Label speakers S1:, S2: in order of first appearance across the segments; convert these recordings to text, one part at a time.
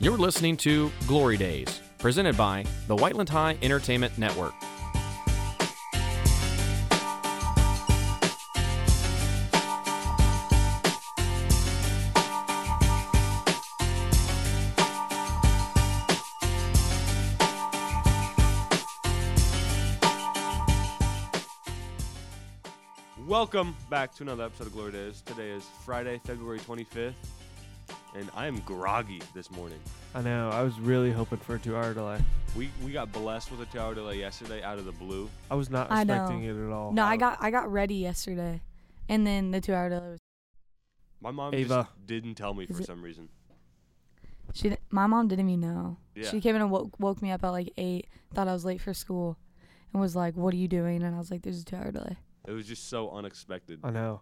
S1: You're listening to Glory Days, presented by the Whiteland High Entertainment Network.
S2: Welcome back to another episode of Glory Days. Today is Friday, February 25th, and I am groggy this morning.
S3: I know. I was really hoping for a two-hour delay.
S2: We we got blessed with a two-hour delay yesterday out of the blue.
S3: I was not
S4: I know.
S3: expecting it at all.
S4: No, I got I got ready yesterday, and then the two hour delay. Was,
S2: My mom
S3: Ava.
S2: just didn't tell me
S4: Is
S2: for
S4: it-
S2: some reason.
S4: she di- my mom didn't even know.
S2: Yeah.
S4: She came in and woke woke me up at like eight. Thought I was late for school, and was like, "What are you doing?" And I was like, "There's a two hour delay."
S2: It was just so unexpected.
S3: I know.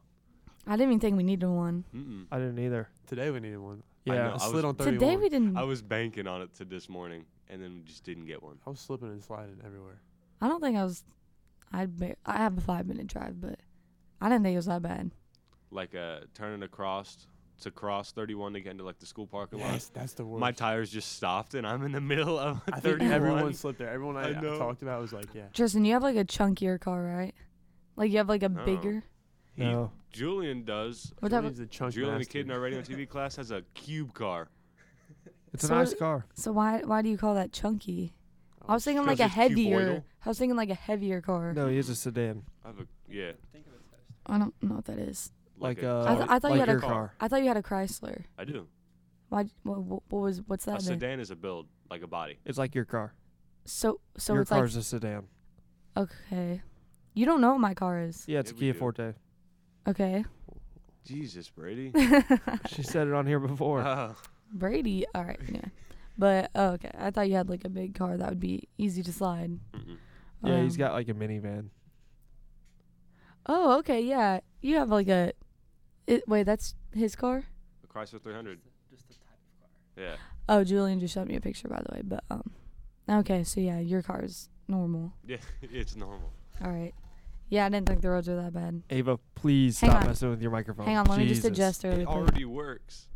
S4: I didn't even think we needed one.
S2: Mm-mm.
S3: I didn't either.
S5: Today we needed one.
S2: I
S3: Yeah.
S2: know.
S5: I,
S2: was-
S5: slid on 31.
S4: Today we didn't.
S2: I
S4: I,
S2: was banking on it to this morning, and then just didn't get one.
S5: I was slipping and sliding everywhere.
S4: don't think I was. I ba- I have a five minute drive, but I didn't think it was that bad.
S2: Like uh, turning across to cross 31 to get into like the school parking lot.
S5: Yes, that's the worst.
S2: My tires just stopped, and I'm in the middle of
S5: I think
S2: 31.
S5: everyone slipped there. Everyone
S2: I
S5: I, I
S2: know.
S5: talked about was like, yeah.
S4: Tristan, you have like a chunkier car, right? Like you have like a
S2: No.
S4: bigger.
S2: He-
S3: No.
S2: Julian does.
S4: What type of,
S5: Julian's a chunk
S2: Julian, the
S5: master.
S2: kid in our radio and TV class, has a cube car.
S3: It's a
S4: So
S3: nice
S4: what-
S3: car.
S4: so why why do you call that chunky? I was thinking like a
S2: 'Cause Oh, it's cuboidal.
S4: heavier. I was thinking like a heavier car.
S3: No, he is a sedan.
S2: I have a yeah.
S4: I don't know what that is.
S3: Like,
S2: a
S3: uh,
S4: I th-
S2: car.
S4: I thought you
S3: like
S4: had a
S3: your
S2: car.
S3: car.
S4: I thought you had a Chrysler.
S2: I do.
S4: Why? What, what was? What's
S2: A
S4: that? then?
S2: sedan is a build, like a body.
S3: It's like your car.
S4: So so
S3: your
S4: it's like
S3: car's a sedan.
S4: okay. You don't know what my car is.
S3: Yeah, it's
S2: Yeah,
S3: a
S2: we
S3: Kia
S2: do.
S3: Forte.
S4: Okay.
S2: Jesus, Brady.
S3: She said it on here before.
S2: Wow.
S4: Brady. All right. Anyway. But oh, okay, I thought you had like a big car that would be easy to slide.
S2: Mm-mm.
S3: yeah, he's
S4: Um,
S3: got like a minivan.
S4: Oh, okay. Yeah, you have like a. It, wait, that's his car.
S2: a Chrysler 300. Yeah.
S4: Oh, Julian just showed me a picture, by the way. But um, okay. So yeah, your car is normal.
S2: Yeah, it's normal.
S4: All right. Yeah, I didn't think the roads were that bad.
S3: Ava, please
S4: Hang
S3: stop
S4: on.
S3: messing with your microphone.
S4: Hang on, let me
S3: Oh, Jesus.
S4: just adjust really
S2: It
S4: quick.
S2: already works.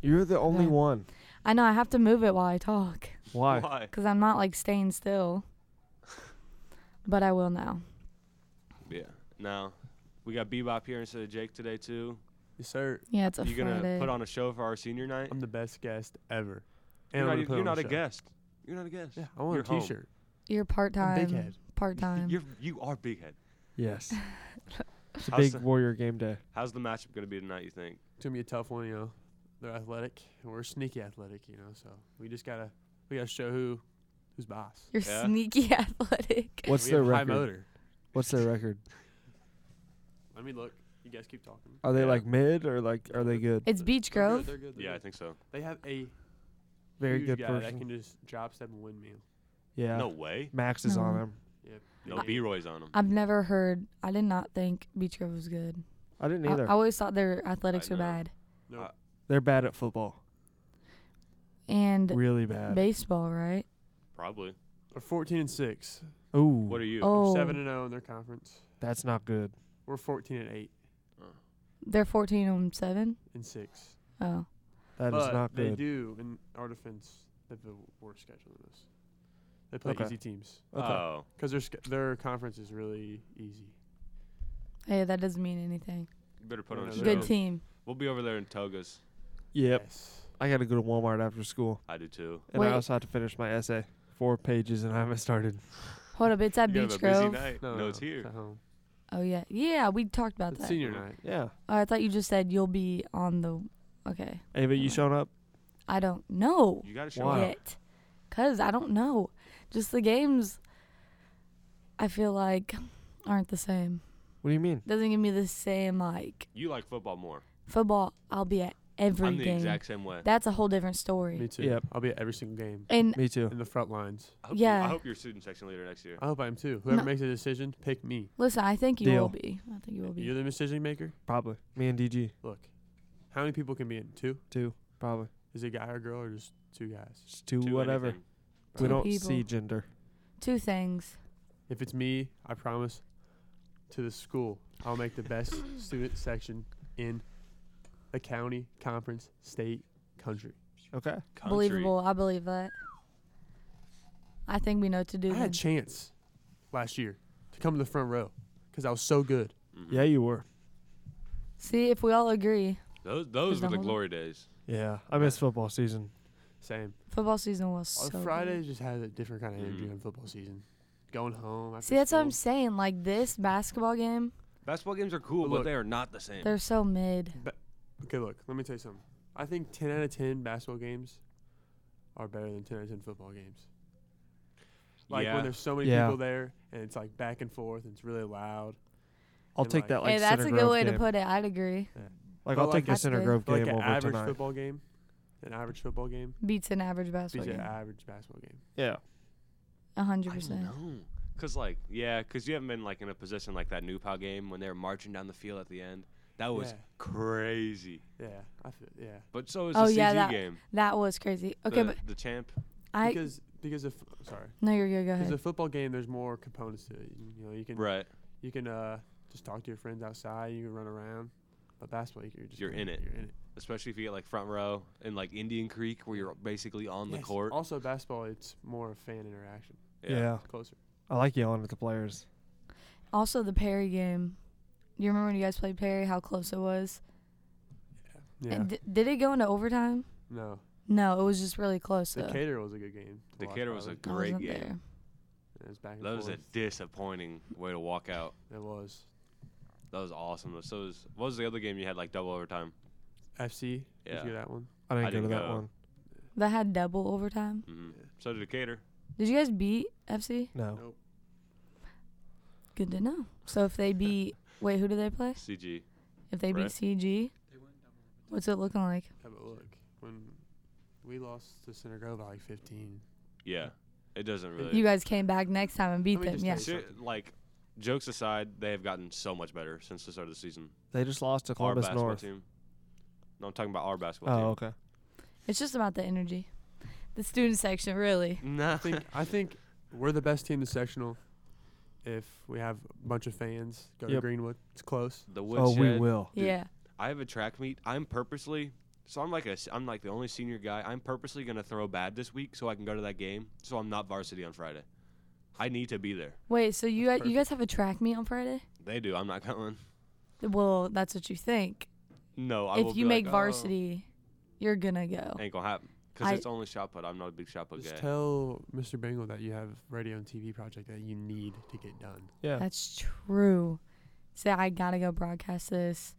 S3: You're the only
S4: Yeah.
S3: one.
S4: I know I have to move it while I talk
S3: Why?
S4: because I'm not like staying still. But I will now.
S2: Yeah. Now, we got Bebop here instead of Jake today too.
S5: Yes, sir.
S4: Yeah, it's a
S2: you gonna
S4: Friday.
S2: put on a show for our senior night?
S5: I'm the best guest ever.
S2: You're
S5: And
S2: not,
S5: I'm
S2: e-
S5: gonna put
S2: you're
S5: on
S2: not a
S5: show.
S2: guest. You're not a guest.
S5: Yeah, I want
S2: You're
S5: a
S2: home.
S5: t-shirt.
S4: You're part
S5: I'm big
S4: time.
S5: head.
S4: Part time.
S2: You're you are big head.
S3: Yes. It's a
S2: How's
S3: big
S2: the-
S3: warrior game day.
S2: How's the matchup gonna be tonight? You think?
S5: It's gonna be a tough one, you know. They're athletic, and we're sneaky athletic, you know. So we just gotta we gotta show who who's boss.
S4: You're
S2: Yeah.
S4: sneaky athletic.
S3: What's
S5: we
S3: their
S5: have high
S3: record?
S5: motor.
S3: What's their record?
S5: Let me look. You guys keep talking.
S3: Are they
S2: Yeah.
S3: like mid or like are they good?
S4: It's Beach
S5: They're
S4: Grove.
S5: good, they're good, they're
S2: Yeah, I
S5: good.
S2: think so.
S5: They have a
S3: Very good
S5: huge guy
S3: person.
S5: that can just drop step and windmill.
S3: yeah.
S2: No way.
S3: Max is on
S4: No.
S3: him.
S2: No B Roy's on him.
S4: I've never heard. I did not think Beach Grove was good.
S3: I didn't
S4: I,
S3: either.
S4: I always thought their athletics
S2: I
S4: were
S2: know.
S4: bad
S5: No,
S2: Uh,
S3: They're bad at football.
S4: and
S3: Really bad.
S4: baseball, right?
S2: Probably.
S5: we're 14 and six.
S3: Ooh,
S2: What are you?
S4: Oh,
S5: We're seven and zero in their conference.
S3: that's not good.
S5: We're 14 and eight
S4: they're 14 and seven.
S5: and six.
S4: Oh,
S3: That is
S5: but
S3: not
S5: they
S3: good.
S5: do in our defense. They have the worst schedule than us. They play
S3: Okay.
S5: easy teams
S2: Oh.
S5: because their sch- their conference is really easy.
S4: hey, that doesn't mean anything.
S2: You better put on a
S5: Good
S2: show.
S4: Good team.
S2: We'll be over there in togas.
S3: Yep.
S5: Yes.
S3: I got to go to Walmart after school,
S2: I do too.
S3: and
S4: Wait.
S3: I also have to finish my essay. Four pages, and I haven't started.
S4: Hold up, it's at
S2: You have
S4: Beach
S2: a busy
S4: Grove.
S2: night. No, it's here.
S5: at home.
S4: Oh yeah, yeah. We talked about
S5: It's
S4: that.
S5: senior night.
S3: Yeah.
S4: Oh, I thought you just said you'll be on the. Okay.
S3: Ava, you
S4: Mm.
S3: showing up?
S4: I don't know
S2: You gotta show
S3: Wow.
S2: up.
S4: yet. Because I don't know. Just the games, I feel like, aren't the same.
S3: What do you mean?
S4: Doesn't give me the same, like,
S2: You like football more.
S4: football, I'll be at every
S2: I'm the
S4: game.
S2: exact same way.
S4: That's a whole different
S5: Me
S4: story.
S5: too.
S3: Yep.
S5: I'll be at every single game
S4: And
S3: Me too.
S5: in the front lines.
S2: I hope You, I
S4: yeah.
S2: hope you're student section leader next year.
S5: I hope I am too. Whoever
S4: No.
S5: makes a decision, pick me.
S4: listen, I think you will
S3: Deal.
S4: be. I think you will be.
S5: You're the decision maker.
S3: Probably. Me and DG
S5: Look, how many people can be in? Two?
S3: too. Probably.
S5: Is it a guy or girl or just two guys?
S3: Just two,
S2: Do
S3: whatever.
S2: anything.
S3: We
S4: Two
S3: don't
S4: people.
S3: see gender.
S4: Two things.
S5: If it's me, I promise to the school I'll make the best student section in the county, conference, state, country.
S3: Okay.
S2: Country.
S4: Believable. I believe that. I think we know what to do.
S5: I had
S4: Then.
S5: a chance last year to come to the front row because I was so good.
S2: Mhm.
S3: Yeah, you were.
S4: See if we all agree.
S2: Those those
S4: Is
S2: were
S4: that
S2: the
S4: hold-
S2: glory days.
S3: Yeah, I miss football season.
S5: Same.
S4: Football season was so.
S5: Uh,
S4: good.
S5: Fridays just has a different kind of energy
S2: Mhm.
S5: on football season. Going home. After
S4: See, that's what I'm
S5: school.
S4: saying. Like this basketball game,
S2: Basketball games are cool,
S5: But
S2: but,
S5: look-
S2: they are not the same.
S4: they're so mid.
S5: Okay, look. Let me tell you something. I think 10 out of 10 basketball games are better than 10 out of 10 football games. Like
S2: Yeah.
S5: when there's so many
S3: Yeah.
S5: people there and it's like back and forth and it's really loud.
S3: I'll
S5: And,
S3: take
S5: like-
S3: that like
S4: hey, that's
S3: Center
S4: a good
S3: Grove
S4: way to
S3: game.
S4: put it. I'd agree.
S3: Like
S5: But,
S3: I'll
S5: like,
S3: take a
S4: That's
S3: Center
S4: good.
S3: Grove
S5: But
S3: game
S5: like an
S3: over
S5: average
S3: tonight.
S5: football game, an average football game
S4: Beats an average basketball
S5: beats an
S4: game.
S5: average basketball game.
S3: Yeah.
S4: A hundred
S2: I
S4: percent.
S2: know. Cause like yeah, cause you haven't been like in a position like that New Pal game when they were marching down the field at the end. That was
S5: Yeah.
S2: crazy.
S5: Yeah, I feel yeah.
S2: But so is
S4: Oh,
S2: the CG
S4: yeah, that-
S2: game.
S4: That was crazy. Okay,
S2: the,
S4: but
S2: the champ.
S4: I
S5: because because if sorry,
S4: no, you're good. Go
S5: because a
S4: ahead.
S5: football game there's more components to it. You know, you can
S2: Right.
S5: you can uh just talk to your friends outside. You can run around. But basketball, you- you're just
S2: You're
S5: kinda-
S2: in it.
S5: You're in it.
S2: Especially if you get like front row in like Indian Creek where you're basically on the
S5: Yes.
S2: court. Oh.
S5: Also, basketball, it's more of fan interaction.
S3: yeah,
S5: Closer.
S3: I like yelling at the players.
S4: Also, the Perry game. Do you remember when you guys played Perry? How close it was?
S5: Yeah.
S4: And d- did it go into overtime?
S5: no.
S4: No, it was just really close.
S5: The
S4: though.
S5: Decatur was a good game. to watch,
S2: Decatur was a
S5: probably.
S4: I
S2: great
S4: wasn't
S2: game.
S4: there.
S5: It was back and
S2: That was a
S5: forth.
S2: disappointing way to walk out.
S5: It was
S2: That was awesome. So was, what was the other game you had like double overtime?
S5: FC. Did
S2: Yeah.
S5: you hear that one?
S3: I didn't,
S2: I
S3: go
S2: didn't
S3: to that
S2: go.
S3: one.
S4: That had double overtime.
S2: hmm So did Decatur.
S4: Did you guys beat FC?
S3: No.
S5: Nope.
S4: Good to know. So if they beat, wait, who do they play?
S2: CG.
S4: If they beat
S2: Right.
S4: CG, what's it looking like?
S5: Have a look. When we lost to Center Grove by like 15.
S2: Yeah. It doesn't really.
S4: You guys came back next time and beat
S5: me
S4: them.
S5: just
S4: Yeah.
S5: tell
S2: Ser- like, jokes aside, they have gotten so much better since the start of the season.
S3: They just lost to
S2: our
S3: Columbus
S2: basketball
S3: North.
S2: team. No, I'm talking about our basketball
S3: Oh, okay.
S4: It's just about the energy. The student section, really.
S2: team. Nah.
S5: I think I think we're the best team in the sectional. If we have a bunch of fans, go to
S3: Yep.
S5: Greenwood. It's close.
S2: The
S3: oh,
S2: woodshed.
S3: we will.
S2: Dude.
S4: Yeah.
S2: I have a track meet. I'm purposely. So I'm like a, s- I'm like the only senior guy. I'm purposely gonna throw bad this week so I can go to that game. So I'm not varsity on Friday. I need to be there.
S4: Wait, so you
S5: That's
S4: guys, you guys have a track meet on Friday?
S2: They do. I'm not going.
S4: Well, that's what you think.
S2: No, I will
S4: if you
S2: be
S4: make
S2: like,
S4: varsity, you're gonna go.
S2: oh, ain't gonna happen.
S4: I-
S2: Cause it's only shot put. I'm not a big shot put
S5: Just
S2: guy.
S5: tell Mr. Bingle that you have radio and TV project that you need to get done.
S3: Yeah.
S4: That's true. Say I gotta go broadcast this.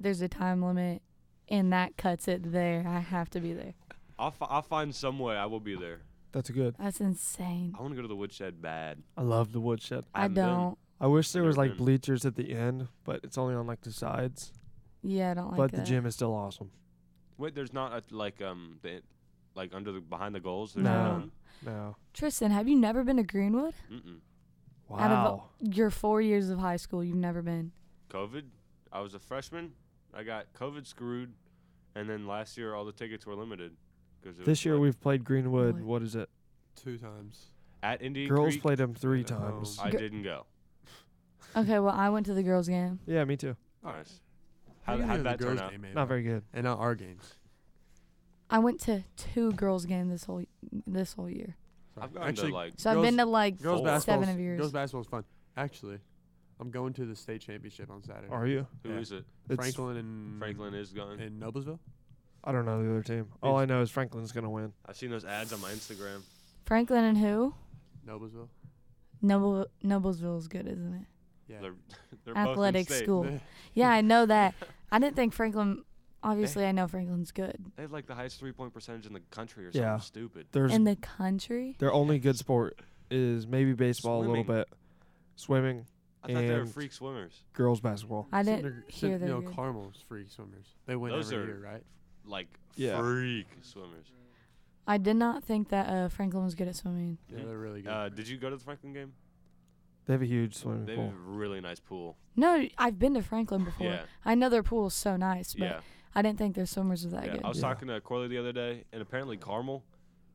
S4: There's a time limit, and that cuts it there. I have to be there.
S2: I'll, fi- I'll find some way. I will be there.
S3: That's good.
S4: That's insane.
S2: I want to go to the woodshed bad.
S3: I love the woodshed.
S4: I
S2: haven't been.
S4: don't.
S3: I wish there
S2: Never
S3: was like
S2: been.
S3: bleachers at the end, but it's only on like the sides.
S4: Yeah, I don't like
S3: but
S4: that.
S3: the gym is still awesome.
S2: Wait, there's not a, like um the, like under the behind the goals. There's
S3: No. No.
S4: Tristan, have you never been to Greenwood?
S2: none? Mm-mm.
S3: Wow.
S4: Out of your four years of high school, you've never been.
S2: COVID. I was a freshman. I got COVID screwed, and then last year all the tickets were limited. 'cause it was,
S3: this year
S2: like,
S3: we've played Greenwood.
S4: What?
S3: What is it?
S5: Two times.
S2: at Indian
S3: Girls
S2: Creek,
S3: played them three
S5: at home.
S3: times.
S2: I
S4: Gr-
S2: didn't go.
S4: Okay, well, I went to the girls' game.
S3: Yeah, me too.
S2: Nice.
S5: How
S2: How
S5: you
S2: how'd
S5: doing the
S2: that turn
S5: girls'
S2: out?
S5: game, man?
S3: Not very good.
S5: And not our games.
S4: I went to two girls' game this whole this whole year.
S5: Sorry.
S2: I've gone
S5: Actually,
S2: to like
S4: So I've been to like
S5: girls
S2: four.
S5: basketball.
S4: seven of yours.
S5: Girls basketball is fun. Actually, I'm going to the state championship on Saturday.
S3: Are you?
S2: who is
S5: yeah. Mm.
S2: it?
S3: It's,
S5: Franklin and
S2: Franklin is gone.
S5: and Noblesville.
S3: I don't know the other team. All I know is Franklin's gonna win.
S2: I've seen those ads on my Instagram.
S4: Franklin and who?
S5: Noblesville.
S4: Noble Noblesville's good, isn't it?
S5: Yeah.
S2: They're they're
S4: Athletic
S2: both in state.
S4: school. Yeah, I know that. I didn't think Franklin. Obviously, I know Franklin's good
S2: They had like the highest three point percentage in the country or something
S3: Yeah.
S2: stupid.
S3: There's
S4: in the country.
S3: their only good sport is maybe baseball a little
S2: Swimming.
S3: bit, swimming,
S2: I thought they were
S3: And-
S2: freak swimmers.
S3: girls basketball.
S4: I
S5: Sit-
S4: didn't
S5: sit-
S4: hear that.
S5: No, Carmel's free swimmers. They win
S2: Those
S5: every
S2: are-
S5: year, right?
S2: like
S3: Yeah.
S2: freak swimmers.
S4: I did not think that uh, Franklin was good at swimming.
S5: Yeah, they're really good.
S2: Uh, did you go to the Franklin game?
S3: They have a huge swimming
S2: They have
S3: pool.
S2: a really nice pool.
S4: No, I've been to Franklin before.
S2: Yeah,
S4: I know their pool is so nice, but
S2: yeah,
S4: I didn't think their swimmers were that
S2: yeah.
S4: good.
S2: I was
S3: Yeah.
S2: talking to Corley the other day, and apparently Carmel,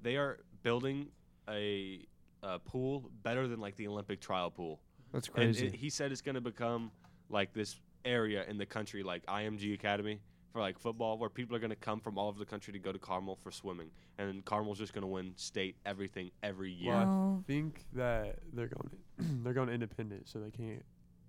S2: they are building a, a pool better than like the Olympic trial pool.
S3: That's
S2: And
S3: crazy.
S2: it- he said it's going to become like this area in the country, like IMG Academy, for like football where people are going to come from all over the country to go to Carmel for swimming, and then Carmel's just going to win state everything every year.
S5: Well, I
S4: No.
S5: think that they're going they're going independent, so they can't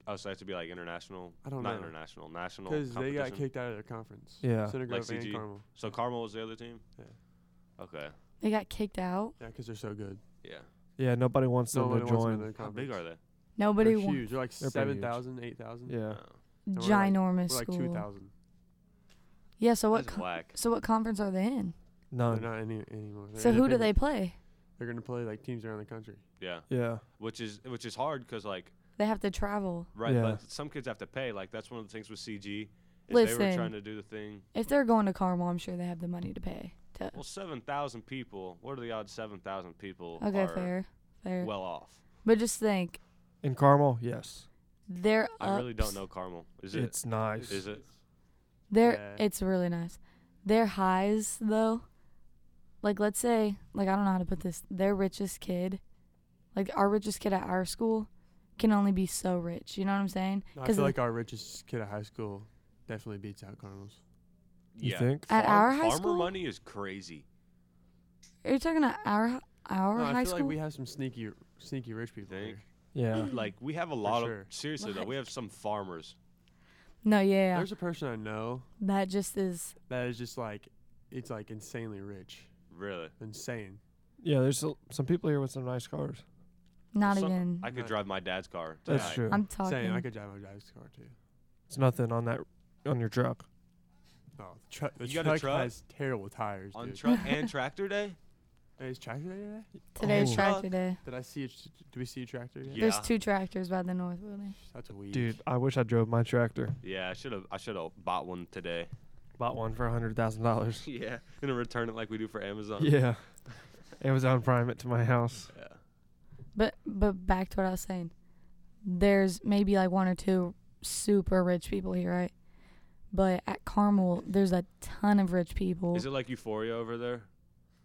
S2: Oh, so it has to be like international.
S5: I don't
S2: not
S5: know.
S2: international, national.
S5: because they got
S2: competition.
S5: kicked out of their conference.
S3: Yeah.
S5: Center
S2: Like
S5: Grove and
S2: CG?
S5: Carmel.
S2: So Carmel was the other team.
S5: Yeah.
S2: Okay.
S4: They got kicked out.
S5: Yeah, because they're so good.
S2: Yeah.
S3: Yeah, nobody wants them to
S5: Nobody wants them in
S3: join.
S5: their
S2: How big
S5: conference.
S2: are they?
S4: Nobody
S5: They're
S4: won.
S5: huge. They're like
S3: They're pretty huge.
S5: 7,000, 8,000.
S3: Yeah.
S2: Oh,
S5: like-
S4: Ginormous
S5: We're like
S4: school.
S5: 2,000.
S4: yeah. So what?
S2: that's
S4: co-
S2: whack.
S4: so what conference are they in?
S5: They're
S3: None.
S5: not any anymore. They're
S4: so who do
S5: independent.
S4: they play?
S5: They're gonna play like teams around the country.
S2: Yeah.
S3: Yeah.
S2: Which is which is hard because like
S4: They have to travel.
S2: right,
S3: Yeah.
S2: but some kids have to pay. Like that's one of the things with CG. Is They were
S4: Listen.
S2: trying to do the thing.
S4: If they're going to Carmel, I'm sure they have the money to pay. To
S2: Well, seven thousand people. What are the odds? Seven thousand people
S4: okay,
S2: are
S4: fair, fair.
S2: well off.
S4: but just think,
S3: In Carmel, yes.
S4: they're.
S2: I really don't know Carmel. Is it?
S3: It's nice.
S2: Is it?
S4: They're.
S5: Yeah.
S4: It's really nice. Their highs though, like let's say, like I don't know how to put this. Their richest kid, like our richest kid at our school, can only be so rich. You know what I'm saying? 'Cause
S5: I feel
S4: of-
S5: like our richest kid at high school definitely beats out Cardinals.
S3: You
S2: yeah.
S3: think?
S4: At
S2: Farm-
S4: our high
S2: farmer
S4: school?
S2: money is crazy.
S4: Are you talking about our h- our
S5: uh, no, I
S4: high
S5: feel
S4: school?
S5: like we have some sneaky, sneaky rich people.
S2: Think?
S5: here.
S3: Yeah.
S2: Like we have a lot
S5: sure.
S2: of seriously though. We have some farmers.
S4: no, yeah, yeah.
S5: There's a person I know
S4: that just is.
S5: that is just like, it's like insanely rich,
S2: Really.
S5: insane.
S3: Yeah, there's so- some people here with some nice cars.
S4: Not
S2: Some-
S4: even.
S2: I could
S5: No.
S2: drive my dad's car.
S3: That's
S2: tonight.
S3: true.
S4: I, am talking.
S5: Saying I could drive my dad's car too.
S3: it's nothing on that on your truck.
S5: Oh, the, tru- the
S2: You got
S5: truck,
S2: a truck?
S5: has terrible tires.
S2: On
S5: dude.
S2: truck and tractor day.
S5: Hey, is tractor day today?
S4: Today's
S3: Oh.
S4: tractor day.
S5: Did I see? A tr- do we see a tractor yet?
S2: Yeah.
S4: There's two tractors by the north building.
S5: That's a weed.
S3: Dude, I wish I drove my tractor.
S2: Yeah, I should have. I should have bought one today.
S3: Bought one for a hundred thousand dollars.
S2: yeah, and then return it like we do for Amazon.
S3: Yeah. Amazon Prime it to my house.
S2: Yeah.
S4: But but back to what I was saying. There's maybe like one or two super rich people here, right? But at Carmel, there's a ton of rich people.
S2: Is it like Euphoria over there?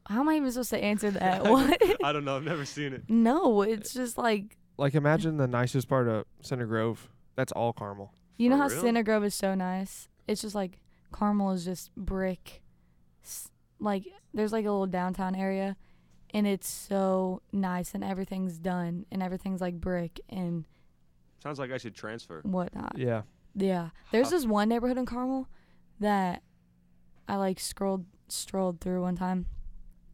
S4: How am I even supposed to answer that? what?
S2: I don't know. I've never seen it.
S4: No, it's just like
S3: Like imagine the nicest part of Center Grove. That's all Carmel.
S4: you know
S2: For
S4: how
S2: real?
S4: Santa Grove is so nice. It's just like Carmel is just brick. S- Like there's like a little downtown area, and it's so nice, and everything's done, and everything's like brick and
S2: Sounds like I should transfer.
S4: whatnot.
S3: Yeah.
S4: Yeah. There's this one neighborhood in Carmel that I like scrolled strolled through one time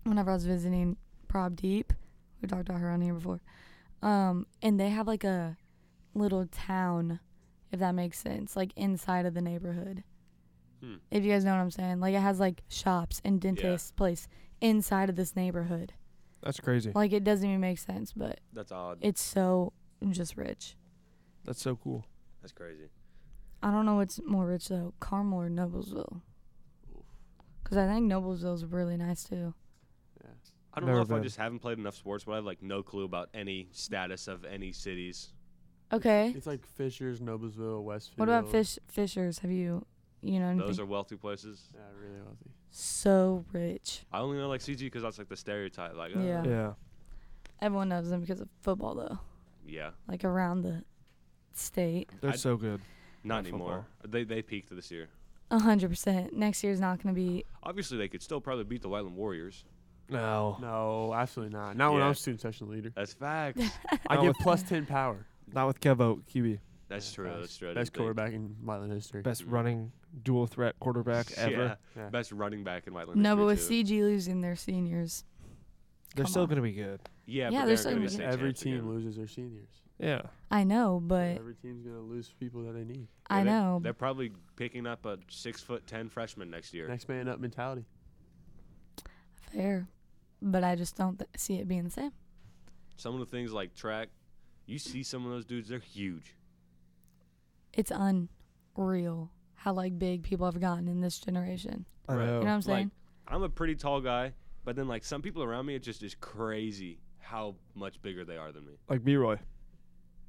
S4: whenever I was visiting Prob Deep. We talked about her on here before. Um, and they have like a little town, if that makes sense, like inside of the neighborhood.
S2: Hmm.
S4: If you guys know what I'm saying. Like it has like shops and dentist place inside of this neighborhood.
S3: That's crazy.
S4: Like it doesn't even make sense, but
S2: That's odd.
S4: it's so just rich.
S3: That's so cool.
S2: That's crazy.
S4: I don't know what's more rich though, Carmel or Noblesville. Because I think Noblesville's really nice too.
S5: Yeah.
S2: I don't know
S3: Never
S2: if I
S3: been.
S2: just haven't played enough sports, but I have like no clue about any status of any cities.
S4: Okay.
S5: It's like Fishers, Noblesville, Westfield.
S4: What about Fish Fishers? Have you, you know, anything?
S2: Those are wealthy places.
S5: Yeah, really wealthy.
S4: so rich.
S2: I only know like CG because that's like the stereotype. Like, uh,
S4: Yeah.
S2: yeah.
S3: Yeah.
S4: Everyone knows them because of football though, like around the state.
S3: They're
S2: I-
S3: so good.
S2: Not
S3: Not
S2: anymore. They they peaked this year.
S4: A hundred percent. Next year's not gonna be.
S2: Obviously, they could still probably beat the Whiteland Warriors.
S3: No.
S5: No, absolutely not. Not when
S2: Yeah.
S5: I was student session leader.
S2: That's facts.
S5: I
S3: Not
S5: get
S3: with-
S5: plus ten power.
S3: Not with Kevo QB.
S2: that's
S5: Yeah,
S2: true.
S5: facts.
S2: That's true. I didn't
S5: Best
S2: think.
S5: quarterback in Milan history.
S3: Best
S2: Mhm.
S3: running dual threat quarterback ever.
S5: Yeah.
S2: Yeah. Best running back in Whiteland.
S4: No, but with
S2: history, too.
S4: CG losing their seniors,
S3: They're
S4: Come
S3: still
S4: on.
S3: gonna be good.
S2: Yeah,
S4: Yeah,
S2: but
S4: they're
S2: they're going
S4: gonna
S2: to
S4: get
S5: Every team loses their seniors.
S3: Yeah.
S4: I know,
S5: So
S4: but
S5: every team's gonna lose people that they need.
S4: I know.
S2: They're probably picking up a six foot ten freshman next year.
S5: Next man up mentality.
S4: Fair, but I just don't th- see it being the same.
S2: Some of the things like track, you see some of those dudes, they're huge.
S4: It's unreal how like big people have gotten in this generation.
S3: I
S2: Right.
S3: know.
S4: You know what I'm saying?
S2: Oh, Like, I'm a pretty tall guy, but then like some people around me, it just is crazy how much bigger they are than me.
S3: Like B Roy.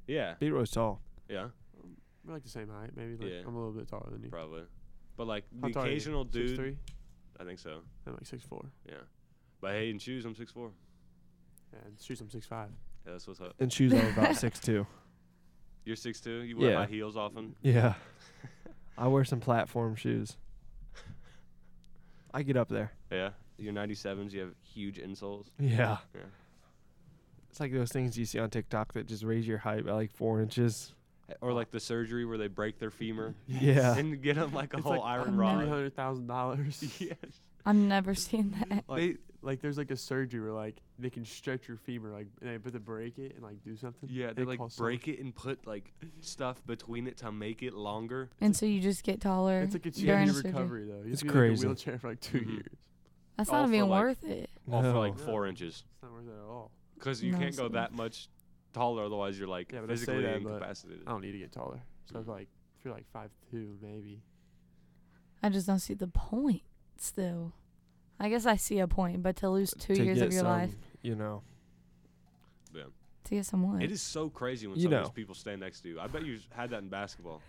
S2: Yeah,
S3: B Roy's tall.
S2: yeah,
S5: We're like the same height, maybe. Like
S2: Yeah.
S5: I'm a little bit taller than you.
S2: probably. But like
S5: How
S2: the
S5: tall are you?
S2: occasional dude,
S5: 6'3"?
S2: I think so.
S5: I'm like six four.
S2: Yeah, but hey, in shoes, I'm six four.
S5: And shoes, I'm six five.
S2: Yeah, that's what's up.
S3: And shoes are about six two.
S2: You're six two. You wear
S3: Yeah.
S2: high heels often.
S3: Yeah. I wear some platform shoes. I get up there.
S2: Yeah. Your 97s, you have huge insoles.
S3: Yeah.
S2: Yeah.
S3: It's like those things you see on TikTok that just raise your height by like four inches.
S2: Or like the surgery where they break their femur
S3: Yeah.
S2: and get them like a
S5: It's
S2: whole
S5: like
S2: iron
S4: I've
S5: Three
S2: rod.
S4: never-
S5: hundred thousand dollars.
S2: yes.
S4: I've never seen that.
S5: Like, like there's like a surgery where like they can stretch your femur, like and they put the break it and like do something.
S2: Yeah, they like
S5: call sur-
S2: break it and put like stuff between it to make it longer.
S4: And so you just get taller
S5: It's like a
S4: during
S5: two-year
S4: surgery.
S5: recovery though. You
S3: It's
S5: have to be, like, in a
S3: crazy.
S5: wheelchair for like 2
S2: Mhm.
S5: years.
S4: That's
S2: all
S4: not
S2: for,
S4: even
S2: like-
S4: worth it.
S2: All Oh, for like
S3: No.
S2: four inches.
S5: It's not worth it at all.
S2: Because you
S4: No,
S2: can't go
S4: it's-
S2: that much taller, otherwise you're like
S5: Yeah, but I say
S2: physically
S5: that, but-
S2: incapacitated.
S5: I don't need to get taller. So if like if you're like five two maybe.
S4: I just don't see the point still. I guess I see a point, but to lose two
S3: to
S4: years
S3: get
S4: of your
S3: some,
S4: life
S3: You know.
S2: Yeah.
S4: to get some wood.
S2: It is so crazy when
S3: You
S2: some of
S3: know.
S2: these people stand next to you. I bet you had that in basketball.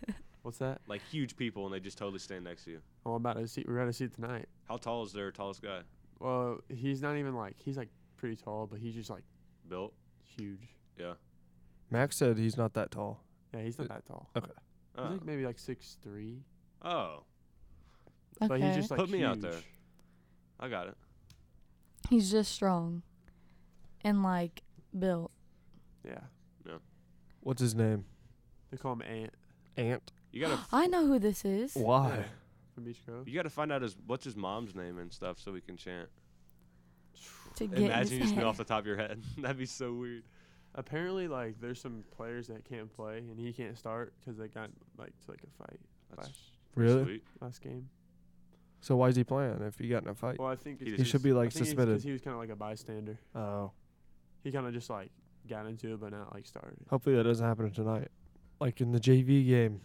S5: What's that?
S2: Like huge people and they just totally stand next to you.
S5: Oh, I'm about to see. We're gonna see it tonight.
S2: How tall is their tallest guy?
S5: Well, he's not even like he's like pretty tall, but he's just like
S2: Built?
S5: huge.
S2: Yeah.
S3: Max said he's not that tall.
S5: Yeah, he's not
S3: Uh,
S5: that tall. He's
S2: Oh.
S5: like maybe like six three,
S2: Oh.
S4: okay.
S5: but he's just like
S2: Put me out there.
S5: huge.
S2: I got it.
S4: He's just strong and like built.
S5: Yeah,
S3: What's his name?
S5: they call him Ant
S3: Ant.
S2: You gotta
S4: I know who this is.
S3: Why?
S5: from Beach Cove.
S2: you gotta find out his what's his mom's name and stuff so we can chant.
S4: To get
S2: Imagine you
S4: his
S2: just know
S4: head.
S2: off the top of your head. That'd be so weird.
S5: Apparently, like there's some players that can't play, and he can't start because they got like to like a fight
S2: That's
S5: last,
S2: pretty
S3: Really?
S2: sweet.
S5: last game.
S3: So why is he playing if he got in a fight?
S5: Well, I think it's
S2: He
S3: He
S5: 'cause-
S3: should be
S5: I
S3: like
S5: think it's 'cause
S3: suspended.
S5: He was kind of like a bystander.
S3: Oh.
S5: He kind of just like got into it, but not like started.
S3: Hopefully that doesn't happen tonight. Like in the JV game.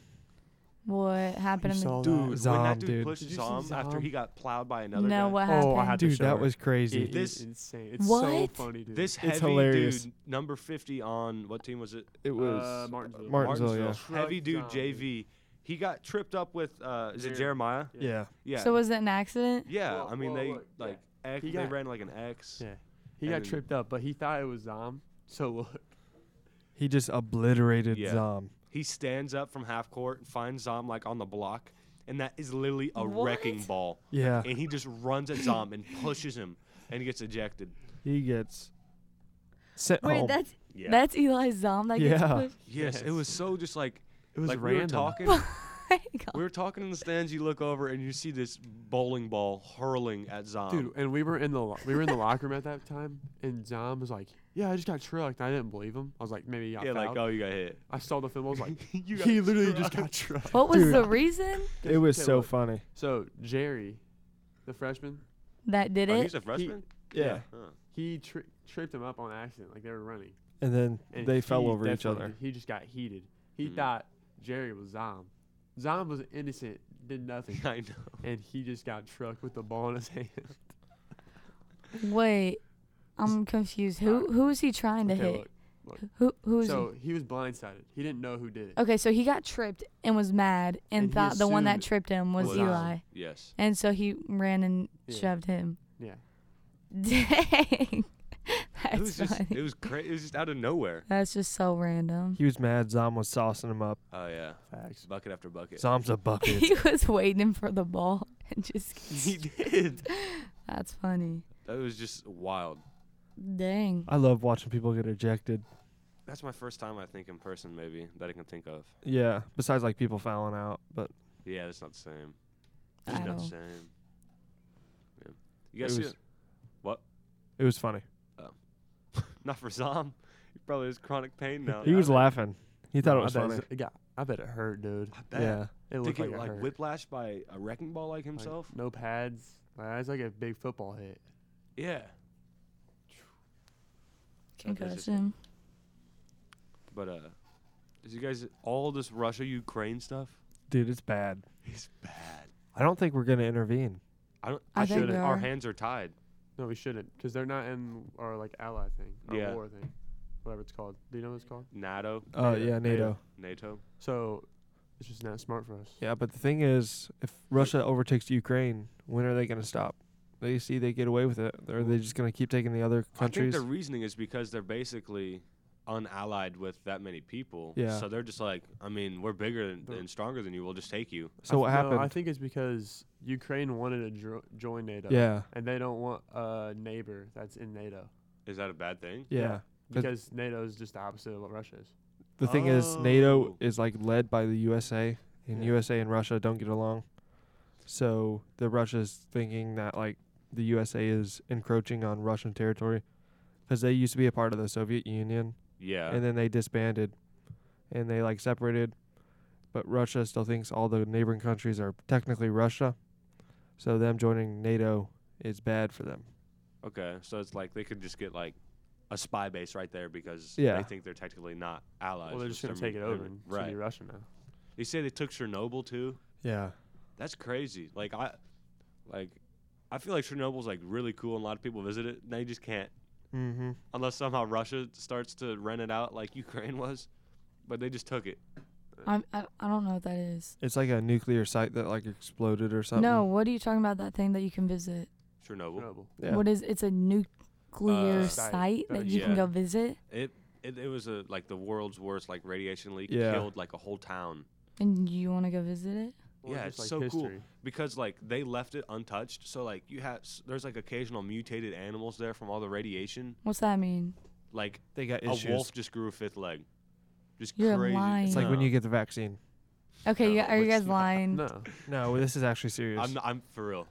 S4: What happened in the
S5: saw
S2: Dude,
S5: that.
S2: when that
S3: Zom,
S2: dude,
S3: dude.
S2: pushed
S5: Did you see
S2: Zom after
S5: Zom?
S2: he got plowed by another
S4: No,
S2: guy.
S4: what happened?
S5: Oh, I had to
S3: Dude,
S5: show
S3: that
S5: her.
S3: was crazy.
S5: It
S2: This-
S5: is insane. It's so
S4: What?
S5: funny, dude.
S2: This heavy
S3: hilarious.
S2: dude, number fifty on what team was it?
S3: It
S5: uh, Martinsville.
S3: Martinsville,
S2: Heavy dude
S5: Truck
S2: JV.
S5: zombie.
S2: He got tripped up with uh is it Jeremiah?
S5: Yeah.
S3: yeah.
S2: Yeah.
S4: So was it an accident?
S2: yeah,
S5: Well-
S2: I mean
S5: well,
S2: they
S5: look, yeah.
S2: like X,
S5: He
S2: they
S5: got-
S2: ran like an X.
S5: Yeah. He
S2: And
S5: got
S2: then-
S5: tripped up, but he thought it was Zom. So look,
S3: He just obliterated
S2: Yeah.
S3: Zom.
S2: He stands up from half court and finds Zom like on the block and that is literally a wrecking
S4: What?
S2: ball.
S3: Yeah.
S2: And he just runs at Zom and pushes him and he gets ejected.
S3: He gets sent
S4: Wait,
S3: home.
S4: that's
S2: Yeah.
S4: that's Eli Zom that gets
S3: Oh, Yeah.
S4: pushed.
S2: yes, it
S5: Yes.
S2: was so just like
S5: it was
S2: like we were
S5: random.
S2: talking
S4: Oh My God.
S2: we were talking in the stands, you look over and you see this bowling ball hurling at Zom.
S5: Dude, and we were in the lo- we were in the locker room at that time, and Zom was like, "Yeah, I just got trucked." And I didn't believe him. I was like, uh, "Maybe he got
S2: yeah, like
S5: fouled."
S2: oh you got hit.
S5: I saw the film. I was like,
S2: You
S5: "He literally just got trucked."
S4: What was
S3: Dude.
S4: the reason
S3: it was
S5: Okay,
S3: so
S5: look.
S3: funny.
S5: So Jerry, the freshman,
S4: that did
S2: Oh,
S4: it?
S2: he's a freshman?
S5: Yeah.
S2: Huh.
S5: he tri- tripped him up on accident. Like they were running,
S3: And then
S5: and
S3: they fell
S5: he
S3: over each
S5: definitely-
S3: other.
S5: He just got heated. He
S2: Mhm.
S5: thought Jerry was Zom. Zom was innocent, did nothing,
S2: I know.
S5: and he just got trucked with the ball in his hand.
S4: Wait, I'm confused. Who who is he trying to
S5: Okay,
S4: hit?
S5: look.
S4: Who who is
S5: So he was blindsided. He didn't know who did it.
S4: he? Okay, so he got tripped and was mad and,
S5: And he
S4: thought the one that
S5: assumed
S4: tripped him was,
S5: was Zom.
S4: Eli,
S2: Yes.
S4: and so he ran and
S5: Yeah.
S4: shoved him.
S5: Yeah.
S4: Dang,
S2: It was
S4: that's
S2: just
S4: funny.
S2: it was cra- it was just out of nowhere.
S4: that's just so random.
S3: He was mad. Zom was saucing him up.
S2: Oh yeah.
S5: Facts.
S2: Bucket after bucket.
S3: Zom's a bucket.
S4: He was waiting for the ball and just.
S2: he did.
S4: That's funny.
S2: That was just wild.
S4: Dang.
S3: I love watching people get ejected.
S2: That's my first time I think in person maybe that I can think of.
S3: Yeah. Besides like people fouling out, but
S2: Yeah, that's not the same. It's not
S4: I
S2: the
S4: don't.
S2: same. Yeah. You
S3: It
S2: guys see
S3: was-
S2: it? What?
S3: it was funny.
S2: Not for Zom. He probably has chronic pain now.
S3: he was
S2: I
S3: laughing. He thought
S5: No,
S3: it was
S5: I bet
S3: funny.
S5: it got- I bet it hurt, dude.
S2: bet.
S3: Yeah.
S5: It
S2: To
S5: looked like
S2: get
S5: it
S2: like
S5: hurt.
S2: whiplash by a wrecking ball like
S5: Like,
S2: himself.
S5: no pads. Like, that's like a big football hit.
S2: yeah. that's just-
S4: Concussion.
S2: But uh, did you guys all this Russia Ukraine stuff?
S3: Dude, it's bad.
S2: It's bad.
S3: I don't think we're gonna intervene.
S2: I don't.
S4: I
S2: I,
S4: think
S2: should.
S4: we
S2: Our
S4: are.
S2: hands are tied.
S5: No, we shouldn't, because they're not in our like ally thing, our
S2: Yeah.
S5: war thing, whatever it's called. Do you know what it's called?
S2: NATO.
S3: Oh
S5: NATO.
S3: yeah, NATO.
S2: NATO.
S5: So it's just not smart for us.
S3: Yeah, but the thing is, if Russia overtakes Ukraine, when are they gonna stop? They see they get away with it, or are they just gonna keep taking the other
S2: I think
S3: countries?
S2: the reasoning is because they're basically unallied with that many people.
S3: Yeah.
S2: So they're just like, I mean, we're bigger than,
S5: They're-
S2: and stronger than you. We'll just take you.
S3: So what
S5: I th-
S3: happened?
S5: no, I think it's because Ukraine wanted to dro- join NATO.
S3: yeah,
S5: And they don't want a neighbor that's in NATO
S2: Is that a bad thing?
S3: yeah.
S5: yeah.
S3: But-
S5: because NATO is just the opposite of what Russia is.
S3: The thing is, NATO
S2: Oh.
S3: is like led by the USA, and
S5: Yeah.
S3: USA and Russia don't get along. So the Russia's thinking that like the USA is encroaching on Russian territory, because they used to be a part of the Soviet Union,
S2: Yeah.
S3: and then they disbanded, and they like separated. But Russia still thinks all the neighboring countries are technically Russia, so them joining NATO is bad for them.
S2: okay. So it's like they could just get like a spy base right there because
S3: Yeah.
S2: they think they're technically not allies.
S5: Well, they're
S2: with
S5: just going to
S2: their-
S5: take it
S2: their-
S5: over and it's gonna
S2: Right.
S5: be Russia now.
S2: They say they took Chernobyl too.
S3: Yeah,
S2: That's crazy. Like I, like, I feel like Chernobyl's like really cool and a lot of people visit it. They just can't
S3: mm-hmm.
S2: unless somehow Russia starts to rent it out like Ukraine was. But they just took it.
S4: I'm, I I don't know what that is.
S3: It's like a nuclear site that like exploded or something.
S4: No, what are you talking about? That thing that you can visit?
S2: Chernobyl.
S5: Trouble.
S3: Yeah.
S4: What is? It's a nuclear
S2: Uh,
S5: Site.
S4: site that you
S2: Yeah.
S4: can go visit,
S2: It, it it was a like the world's worst like radiation leak
S3: Yeah.
S2: killed like a whole town
S4: and you want to go visit it.
S5: Or
S2: Yeah,
S5: just,
S2: it's so cool.
S5: history.
S2: because like they left it untouched. So like you have s- there's like occasional mutated animals there from all the radiation.
S4: What's that mean?
S2: Like
S3: They got
S2: a wolf just grew a fifth leg. Just
S4: You're
S2: crazy.
S4: lying.
S3: It's like when
S2: No.
S3: you get the vaccine.
S4: Okay, you
S2: No,
S4: gu- are you
S2: it's
S4: guys
S2: not.
S4: lying?
S5: No.
S3: No, this is actually serious.
S2: I'm I'm for real.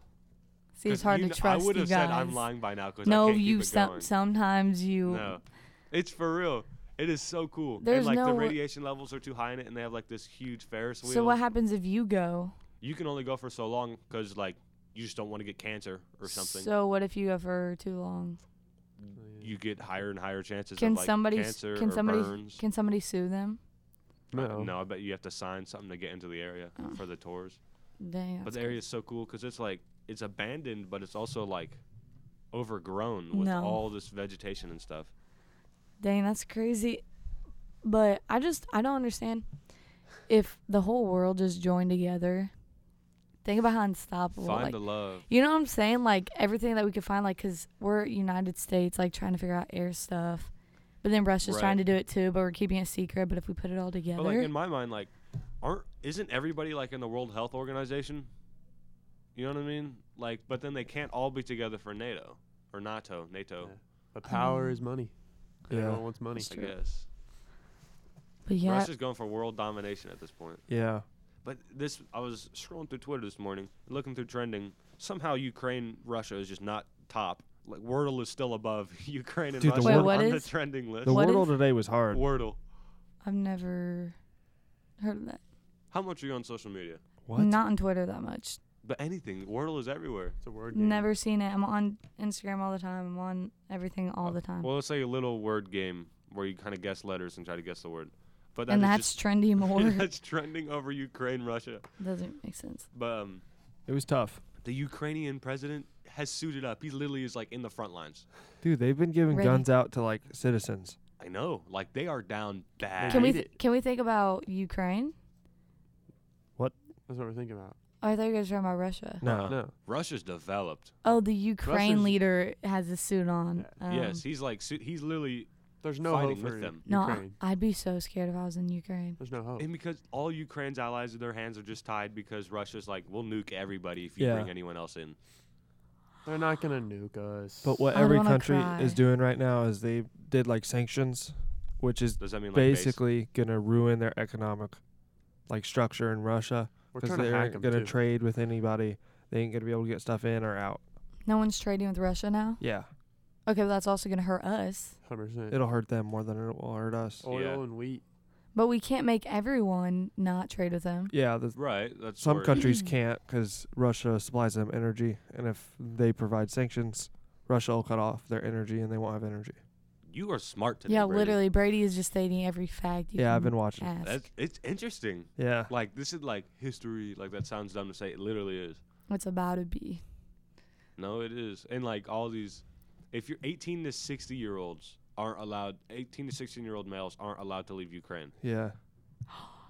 S4: See,
S2: 'Cause
S4: it's hard
S2: you
S4: to
S2: kn-
S4: trust
S2: I would
S4: you
S2: have
S4: guys.
S2: said I'm lying by now because
S4: no,
S2: I can't
S4: you
S2: keep it
S4: some
S2: going.
S4: sometimes you.
S2: No, it's for real. It is so cool. and
S4: There's
S2: like
S4: no
S2: the
S4: wa-
S2: radiation levels are too high in it, and they have like this huge Ferris wheel.
S4: So what happens if you go?
S2: You can only go for so long because like you just don't want to get cancer or something.
S4: So what if you go for too long?
S2: you get higher and higher chances
S4: Can
S2: of like
S4: somebody s-
S2: cancer
S4: can
S2: or
S4: somebody-
S2: burns.
S4: Can somebody sue them?
S5: no.
S2: No, I bet you have to sign something to get into the area
S4: Oh.
S2: for the tours.
S4: Dang.
S2: but
S4: that's
S2: the
S4: crazy.
S2: area is so cool because it's like it's abandoned, but it's also like overgrown with
S4: No.
S2: all this vegetation and stuff.
S4: Dang, that's crazy. But I just I don't understand if the whole world just joined together. Think about how unstoppable.
S2: Find
S4: like,
S2: the love.
S4: you know what I'm saying? Like everything that we could find, like because we're United States, like trying to figure out air stuff, but then Russia's
S2: Right.
S4: trying to do it too. But we're keeping it secret. But if we put it all
S2: But like
S4: together,
S2: in my mind, like aren't isn't everybody like in the World Health Organization? You know what I mean? Like, but then they can't all be together for NATO or NATO. NATO,
S5: But power
S4: Um,
S5: is money.
S3: yeah.
S5: Everyone wants money.
S4: That's
S2: I
S4: true.
S2: guess.
S4: but yeah,
S2: Russia's going for world domination at this point.
S3: yeah.
S2: But this, I was scrolling through Twitter this morning, looking through trending. Somehow Ukraine, Russia is just not top. Like Wordle is still above Ukraine and
S3: Dude, the
S2: Russia
S3: Wait,
S2: on
S4: what
S2: the
S4: is?
S2: trending list.
S3: The
S4: What
S3: Wordle
S4: is-
S3: today was hard.
S2: Wordle.
S4: I've never heard of that.
S2: How much are you on social media?
S3: What?
S4: Not on Twitter that much.
S2: But anything, Wordle is everywhere.
S5: It's a word game.
S4: Never seen it. I'm on Instagram all the time. I'm on everything all the time.
S2: Oh, Well, let's say a little word game where you kind of guess letters and try to guess the word. But that
S4: and
S2: is
S4: that's trendy more.
S2: just, that's trending over Ukraine, Russia.
S4: Doesn't make sense.
S2: But um,
S3: It was tough.
S2: the Ukrainian president has suited up. He literally is like in the front lines.
S3: Dude, they've been giving
S4: Ready.
S3: guns out to like citizens.
S2: I know, like they are down bad.
S4: Can we
S5: hate
S4: th- can we think about Ukraine?
S5: That's what we're thinking about.
S4: Oh, I thought you guys were talking about Russia.
S3: No.
S5: No.
S2: Russia's developed.
S4: Oh, the Ukraine
S5: Russia's-
S4: leader has a suit on. Um,
S2: yes, he's like su- he's literally
S5: There's no
S2: fighting
S5: hope
S2: with
S5: for
S2: them.
S4: No, I-
S5: Ukraine.
S4: I'd be so scared if I was in Ukraine.
S5: There's no hope.
S2: and because all Ukraine's allies, their hands are just tied because Russia's like, we'll nuke everybody if you
S3: Yeah.
S2: bring anyone else in.
S5: They're not gonna nuke us.
S3: But what
S4: I would
S3: every
S4: wanna
S3: country
S4: cry.
S3: is doing right now is they did like sanctions, which is
S2: Does that mean like base-
S3: basically gonna ruin their economic like structure in Russia
S5: We're
S3: because
S5: trying
S3: they
S5: to hack
S3: aren't
S5: them
S3: gonna
S5: too.
S3: trade with anybody. They ain't gonna be able to get stuff in or out.
S4: No one's trading with Russia now.
S3: Yeah,
S4: Okay, but that's also gonna hurt us.
S5: Hundred percent.
S3: it'll hurt them more than it will hurt us.
S5: Oil
S2: Yeah.
S5: and wheat.
S4: But we can't make everyone not trade with them.
S3: Yeah, the,
S2: Right. That's
S3: Some
S2: where-
S3: countries can't because Russia supplies them energy, and if they provide sanctions, Russia will cut off their energy and they won't have energy.
S2: You are smart today.
S4: Yeah,
S2: Brady.
S4: literally, Brady is just stating every fact. You
S3: yeah, I've
S4: can
S3: been watching.
S4: Ask.
S2: That's, it's interesting.
S3: Yeah,
S2: Like this is like history. Like that sounds dumb to say. It literally is.
S4: What's about to be?
S2: No, it is. And like all these, if you're 18 to 60 year olds aren't allowed, 18 to 16 year old males aren't allowed to leave Ukraine.
S3: yeah.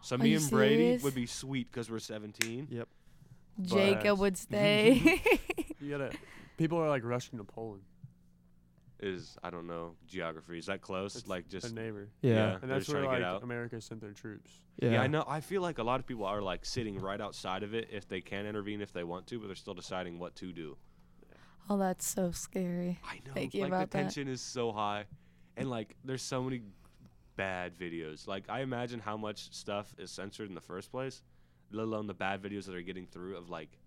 S2: So
S4: Are
S2: me
S4: you
S2: and Brady
S4: serious?
S2: would be sweet because we're 17.
S4: Jacob
S5: But-
S4: would stay.
S5: You gotta. People are like rushing to Poland.
S2: is I don't know geography. Is that close?
S5: It's
S2: like
S5: a
S2: just
S5: neighbor.
S2: Yeah.
S3: Yeah.
S5: And
S2: they're
S5: that's
S2: just
S5: where
S2: trying to get
S5: like
S2: out.
S5: America sent their troops.
S3: Yeah.
S2: Yeah, I know. I feel like a lot of people are like sitting right outside of it if they can intervene if they want to, but they're still deciding what to do.
S4: Oh, that's so scary.
S2: I know.
S4: Thinking
S2: like
S4: about
S2: the
S4: that.
S2: tension is so high, and like there's so many bad videos. Like I imagine how much stuff is censored in the first place, let alone the bad videos that are getting through of like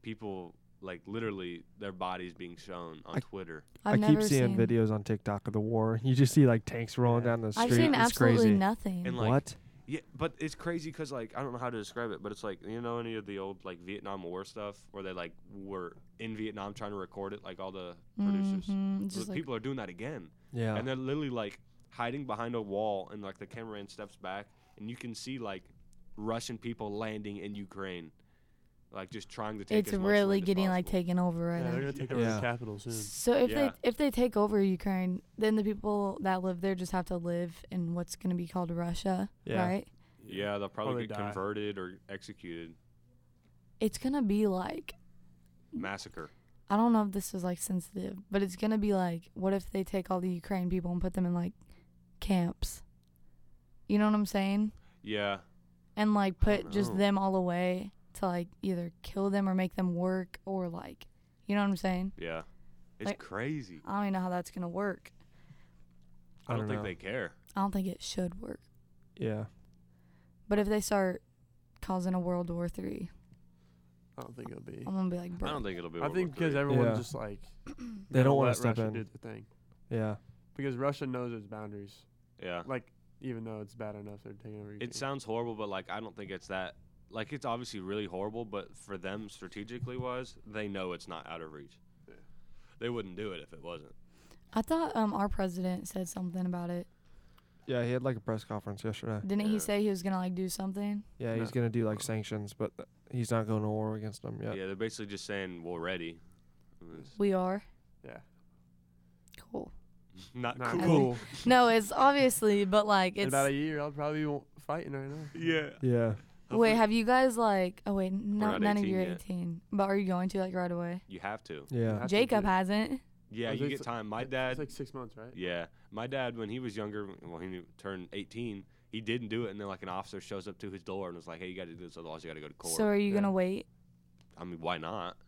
S2: people like literally their bodies being shown on
S3: I-
S2: Twitter.
S4: I've
S3: I
S4: never
S3: keep seeing
S4: seen
S3: videos on TikTok of the war. You just see like tanks rolling
S5: Yeah.
S3: down the street.
S4: I've seen
S3: it's
S4: absolutely
S3: crazy.
S4: nothing.
S2: And like
S3: what?
S2: Yeah, but it's crazy because like I don't know how to describe it, but it's like you know any of the old like Vietnam War stuff where they like were in Vietnam trying to record it, like all the producers.
S4: Mhm,
S2: So
S4: Just like,
S2: people are doing that again,
S3: Yeah.
S2: and they're literally like hiding behind a wall, and like the cameraman steps back, and you can see like Russian people landing in Ukraine, like just trying to take.
S4: it's
S2: as much
S4: really
S2: land as
S4: getting like
S2: possible.
S4: taken over right
S5: yeah, they're
S4: now.
S5: gonna take over
S3: Yeah.
S5: the capital soon.
S4: So if
S2: Yeah.
S4: they if they take over Ukraine, then the people that live there just have to live in what's going to be called Russia,
S3: Yeah.
S4: right?
S2: Yeah, they'll probably,
S5: Probably
S2: get
S5: die.
S2: converted or executed.
S4: It's going to be like
S2: Massacre.
S4: I don't know if this is like sensitive, but it's going to be like what if they take all the Ukraine people and put them in like camps? You know what I'm saying?
S2: Yeah,
S4: And like
S2: I don't
S4: put just
S2: know.
S4: them all away to like either kill them or make them work or like you know what I'm saying?
S2: yeah. It's
S4: Like-
S2: crazy.
S4: I don't even know how that's going to work.
S2: I don't think
S3: know.
S2: they care.
S4: I don't think it should work.
S3: Yeah.
S4: But if they start causing a World War Three,
S5: I don't think it'll be.
S4: I'm gonna be like,
S2: I
S4: bro.
S2: don't think it'll be.
S5: I
S2: World War
S5: think because
S2: III.
S5: everyone's
S3: Yeah.
S5: just like
S3: They
S5: gonna
S3: don't want
S5: let
S3: to step
S5: Russia
S3: in.
S5: do the thing
S3: Yeah.
S5: because Russia knows its boundaries.
S2: yeah.
S5: Like even though it's bad enough, they're taking over. Ukraine.
S2: It sounds horrible, but like I don't think it's that. Like it's obviously really horrible, but for them strategically wise, they know it's not out of reach.
S5: Yeah.
S2: They wouldn't do it if it wasn't.
S4: I thought um our president said something about it.
S3: Yeah. He had like a press conference yesterday.
S4: Didn't he
S2: Yeah.
S4: say he was gonna like do something?
S3: Yeah. He's
S2: No.
S3: gonna do like sanctions, but th- he's not going to war against them
S2: Yeah,
S3: yet.
S2: they're basically just saying we're ready. It's
S4: We are
S5: yeah,
S4: cool.
S2: not
S5: not
S2: cool.
S5: cool.
S4: No, it's obviously, but like
S5: In
S4: it's.
S5: about a year, I'll probably be fighting right now.
S2: Yeah.
S3: Yeah.
S4: Wait, have you guys like? Oh wait, no,
S2: not
S4: none of
S2: 18
S4: you are
S2: yet.
S4: 18, but are you going to like right away?
S2: You have to.
S3: Yeah.
S5: I think
S4: Jacob
S5: it-
S4: hasn't.
S2: Yeah,
S5: I
S2: you
S5: think
S2: get
S5: so-
S2: time. My
S5: it- It's
S2: dad.
S5: like six months, right?
S2: Yeah, my dad when he was younger, when he turned 18, he didn't do it, and then like an officer shows up to his door and was like, "Hey, you got to do this, otherwise you got to go to court."
S4: So are you
S5: yeah.
S4: gonna wait?
S2: I mean, why not?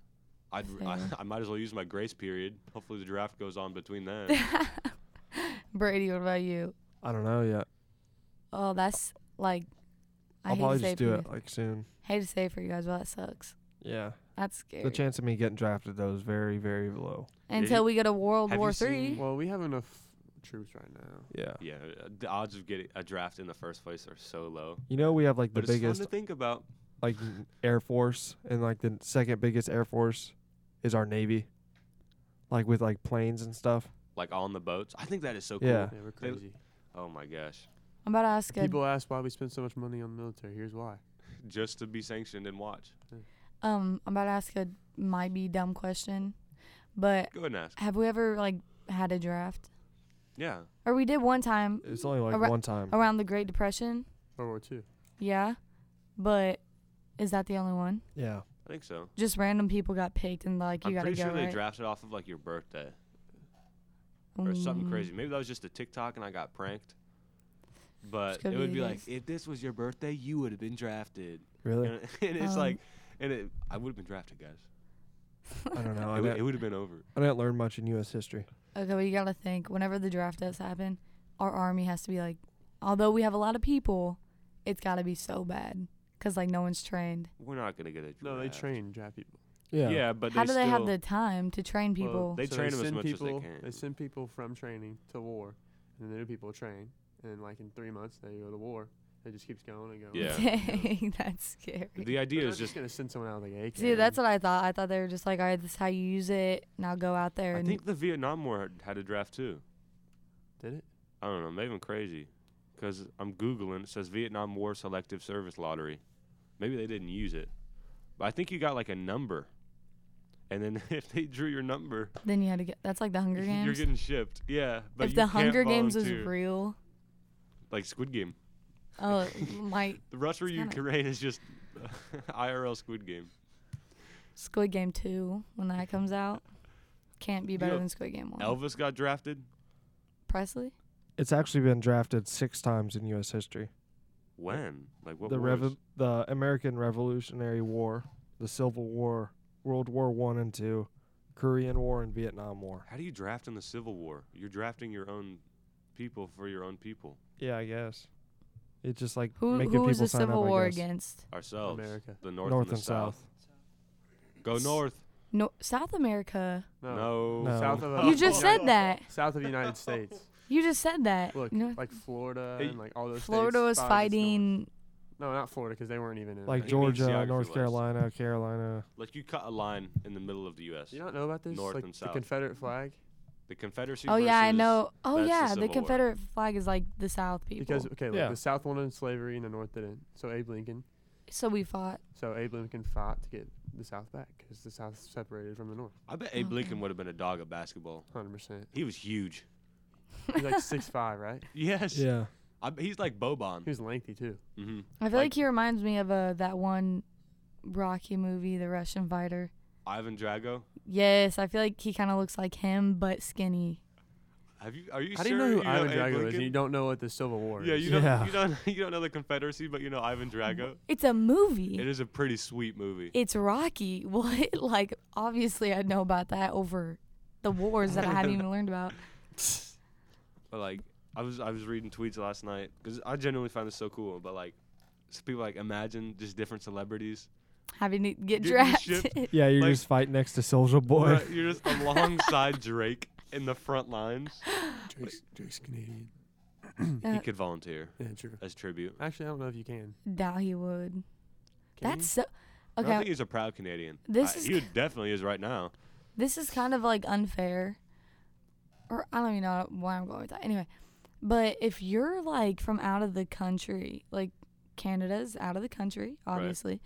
S2: I'd, I,
S4: Fair.
S2: I might as well use my grace period. Hopefully the draft goes on between then.
S4: Brady, what about you?
S3: I don't know yet.
S4: Oh, that's like. I
S3: I'll
S4: hate to
S3: probably
S4: say
S3: just
S4: it
S3: do
S4: for
S3: it
S4: you.
S3: like soon.
S4: Hate to say it for you guys, but that sucks.
S3: Yeah.
S4: That's scary.
S3: The chance of me getting drafted though is very, very low.
S4: Until
S2: you-
S4: we go to World
S2: have you
S4: War
S2: seen
S4: Three.
S5: Well, we have enough troops right now.
S3: Yeah.
S2: Yeah, uh, the odds of getting a draft in the first place are so low.
S3: You know we have like the
S2: But it's
S3: biggest
S2: fun to think about.
S3: like n- air force and like the second biggest air force is our navy. Like with like planes and stuff.
S2: Like on the boats. I think that is so cool.
S3: Yeah.
S5: Yeah, we're
S2: They-
S5: crazy.
S2: Oh my gosh.
S4: I'm about to ask a
S5: People ask why we spend so much money on the military. Here's why.
S2: Just to be sanctioned and watch.
S4: Um, I'm about to ask a might be dumb question, but
S2: Go ahead and ask.
S4: have we ever like had a draft?
S2: Yeah.
S4: Or we did one time
S3: It's only like
S4: Ara-
S3: one time.
S4: around the Great Depression.
S5: World War Two.
S4: Yeah, but is that the only one?
S3: Yeah.
S2: I think so.
S4: Just random people got picked and like you
S2: I'm
S4: gotta
S2: pretty
S4: go
S2: sure they
S4: right.
S2: drafted off of like your birthday or something
S4: Mm.
S2: crazy. Maybe that was just a TikTok and I got pranked. But
S4: could
S2: it would
S4: be
S2: be
S4: the
S2: like,
S4: case.
S2: if this was your birthday, you would have been drafted.
S3: Really?
S2: And, and it's
S4: Um,
S2: like, and it, I would have been drafted, guys.
S3: I don't know.
S5: Oh,
S2: It
S3: I
S2: would-
S3: didn't,
S2: it would have been over.
S3: I didn't learn much in U.S. history.
S4: Okay, well you gotta think. Whenever the draft does happen, our army has to be like, although we have a lot of people, it's gotta be so bad because like no one's trained.
S2: We're not going to get a draft.
S5: No, they train draft people.
S3: Yeah.
S2: Yeah, but
S4: How
S2: they
S4: do they have
S2: still-
S4: the time to train
S5: Well,
S4: people?
S2: They train 'em as
S5: send
S2: much as they
S5: people,
S2: can.
S5: They send people from training to war, and then the new people train, and then, like in three months they go to war. It just keeps going and going.
S2: Yeah.
S4: Dang, that's scary.
S2: The idea
S5: They're
S2: is
S5: not just
S2: just
S5: gonna send someone out of the AK.
S4: See, that's what I thought. I thought they were just like, all right, this is how you use it. Now go out there
S2: I
S4: and
S2: think the Vietnam War had- had a draft too.
S5: did it.
S2: I don't know, maybe I'm crazy, because I'm googling. It says Vietnam War Selective Service Lottery. Maybe they didn't use it, but I think you got like a number, and then if they drew your number,
S4: then you had to get. That's like the Hunger Games.
S2: you're getting shipped. Yeah, but
S4: if
S2: you
S4: the
S2: can't
S4: Hunger Games was
S2: volunteer.
S4: real,
S2: like Squid Game,
S4: oh my
S2: the Russia
S4: It's kinda-
S2: Ukraine is just IRL Squid Game.
S4: Squid Game two when that comes out. can't be
S2: You
S4: better
S2: know,
S4: than Squid Game One.
S2: Elvis got drafted.
S4: Presley?
S3: It's actually been drafted six times in U.S. history.
S2: When? Like what?
S3: the
S2: wars?
S3: revo- the American Revolutionary War, the Civil War, World War One and Two, Korean War and Vietnam War.
S2: How do you draft in the Civil War? You're drafting your own people for your own people.
S3: Yeah, I guess. It's just like
S4: Who
S3: making
S4: who
S3: people
S4: was the
S3: sign
S4: Civil
S3: up, I
S4: War
S3: guess.
S4: against?
S2: Ourselves.
S5: America.
S2: The North, and the South. Go
S4: S-
S2: North.
S4: No, South America.
S5: No.
S2: No.
S3: No.
S5: South of
S4: You
S5: uh,
S4: just
S5: United-
S4: said that.
S5: South of the United States.
S4: You just said that.
S5: Look,
S4: No,
S5: like Florida
S2: Hey,
S5: and like all those.
S4: Florida was
S5: states, five is north.
S4: fighting.
S5: No, not Florida, because they weren't even in.
S2: He
S3: Like
S2: means
S5: it.
S3: Georgia,
S2: geography
S3: North
S2: wise.
S3: Carolina, Carolina.
S2: Like you cut a line in the middle of the U.S.
S5: Do you not know about this?
S2: North
S5: like
S2: and
S5: the
S2: south.
S5: Confederate flag,
S2: The Confederacy.
S4: Oh yeah, I
S2: versus-
S4: know. Oh
S2: that's the
S4: yeah, the,
S2: Civil War.
S4: Confederate flag is like the South people.
S5: because okay, look,
S3: Yeah.
S5: the South wanted slavery and the North didn't. So Abe Lincoln,
S4: so we fought.
S5: so Abe Lincoln fought to get the South back because the South separated from the North.
S2: I bet Abe
S4: Okay.
S2: Lincoln would have been a dog at basketball.
S5: Hundred percent.
S2: He was huge.
S5: He's like six five, right?
S2: Yes.
S3: Yeah.
S2: I, bet he's like Boban.
S5: He was lengthy too.
S2: hmm
S4: I feel like, he reminds me of uh, that one Rocky movie, The Russian Fighter.
S2: Ivan Drago.
S4: Yes, I feel like he kind of looks like him, but skinny.
S2: Have you? Are you
S5: How do
S2: sure
S5: you know who Ivan
S2: Abe
S5: Drago is?
S2: Lincoln?
S5: And you don't know what the Civil War
S2: yeah,
S5: is.
S2: you don't.
S3: Yeah.
S2: You don't. You don't know the Confederacy, but you know Ivan Drago.
S4: It's a movie.
S2: It is a pretty sweet movie.
S4: it's Rocky. What? Like obviously, I know about that over the wars that I haven't even learned about.
S2: But like, I was I was reading tweets last night because I genuinely find this so cool. But like, s- people like imagine just different celebrities.
S4: Having to get
S2: Getting shipped.
S4: drafted.
S3: Yeah, you
S2: Like-
S3: just fight next to Soldier Boy.
S2: Right, You're just alongside Drake in the front lines.
S5: Drake's, Drake's Canadian.
S2: He
S4: Uh,
S2: could volunteer
S5: Yeah, true.
S2: as tribute.
S5: Actually, I don't know if you can.
S4: Doubt he would.
S5: Can
S4: That's so.
S2: No, I think
S4: Okay,
S2: he's a proud Canadian.
S4: This
S2: I-
S4: is
S2: he would- definitely is right now.
S4: this is kind of like unfair, or I don't even know why I'm going with that. Anyway, but if you're like from out of the country, like Canada's out of the country, obviously,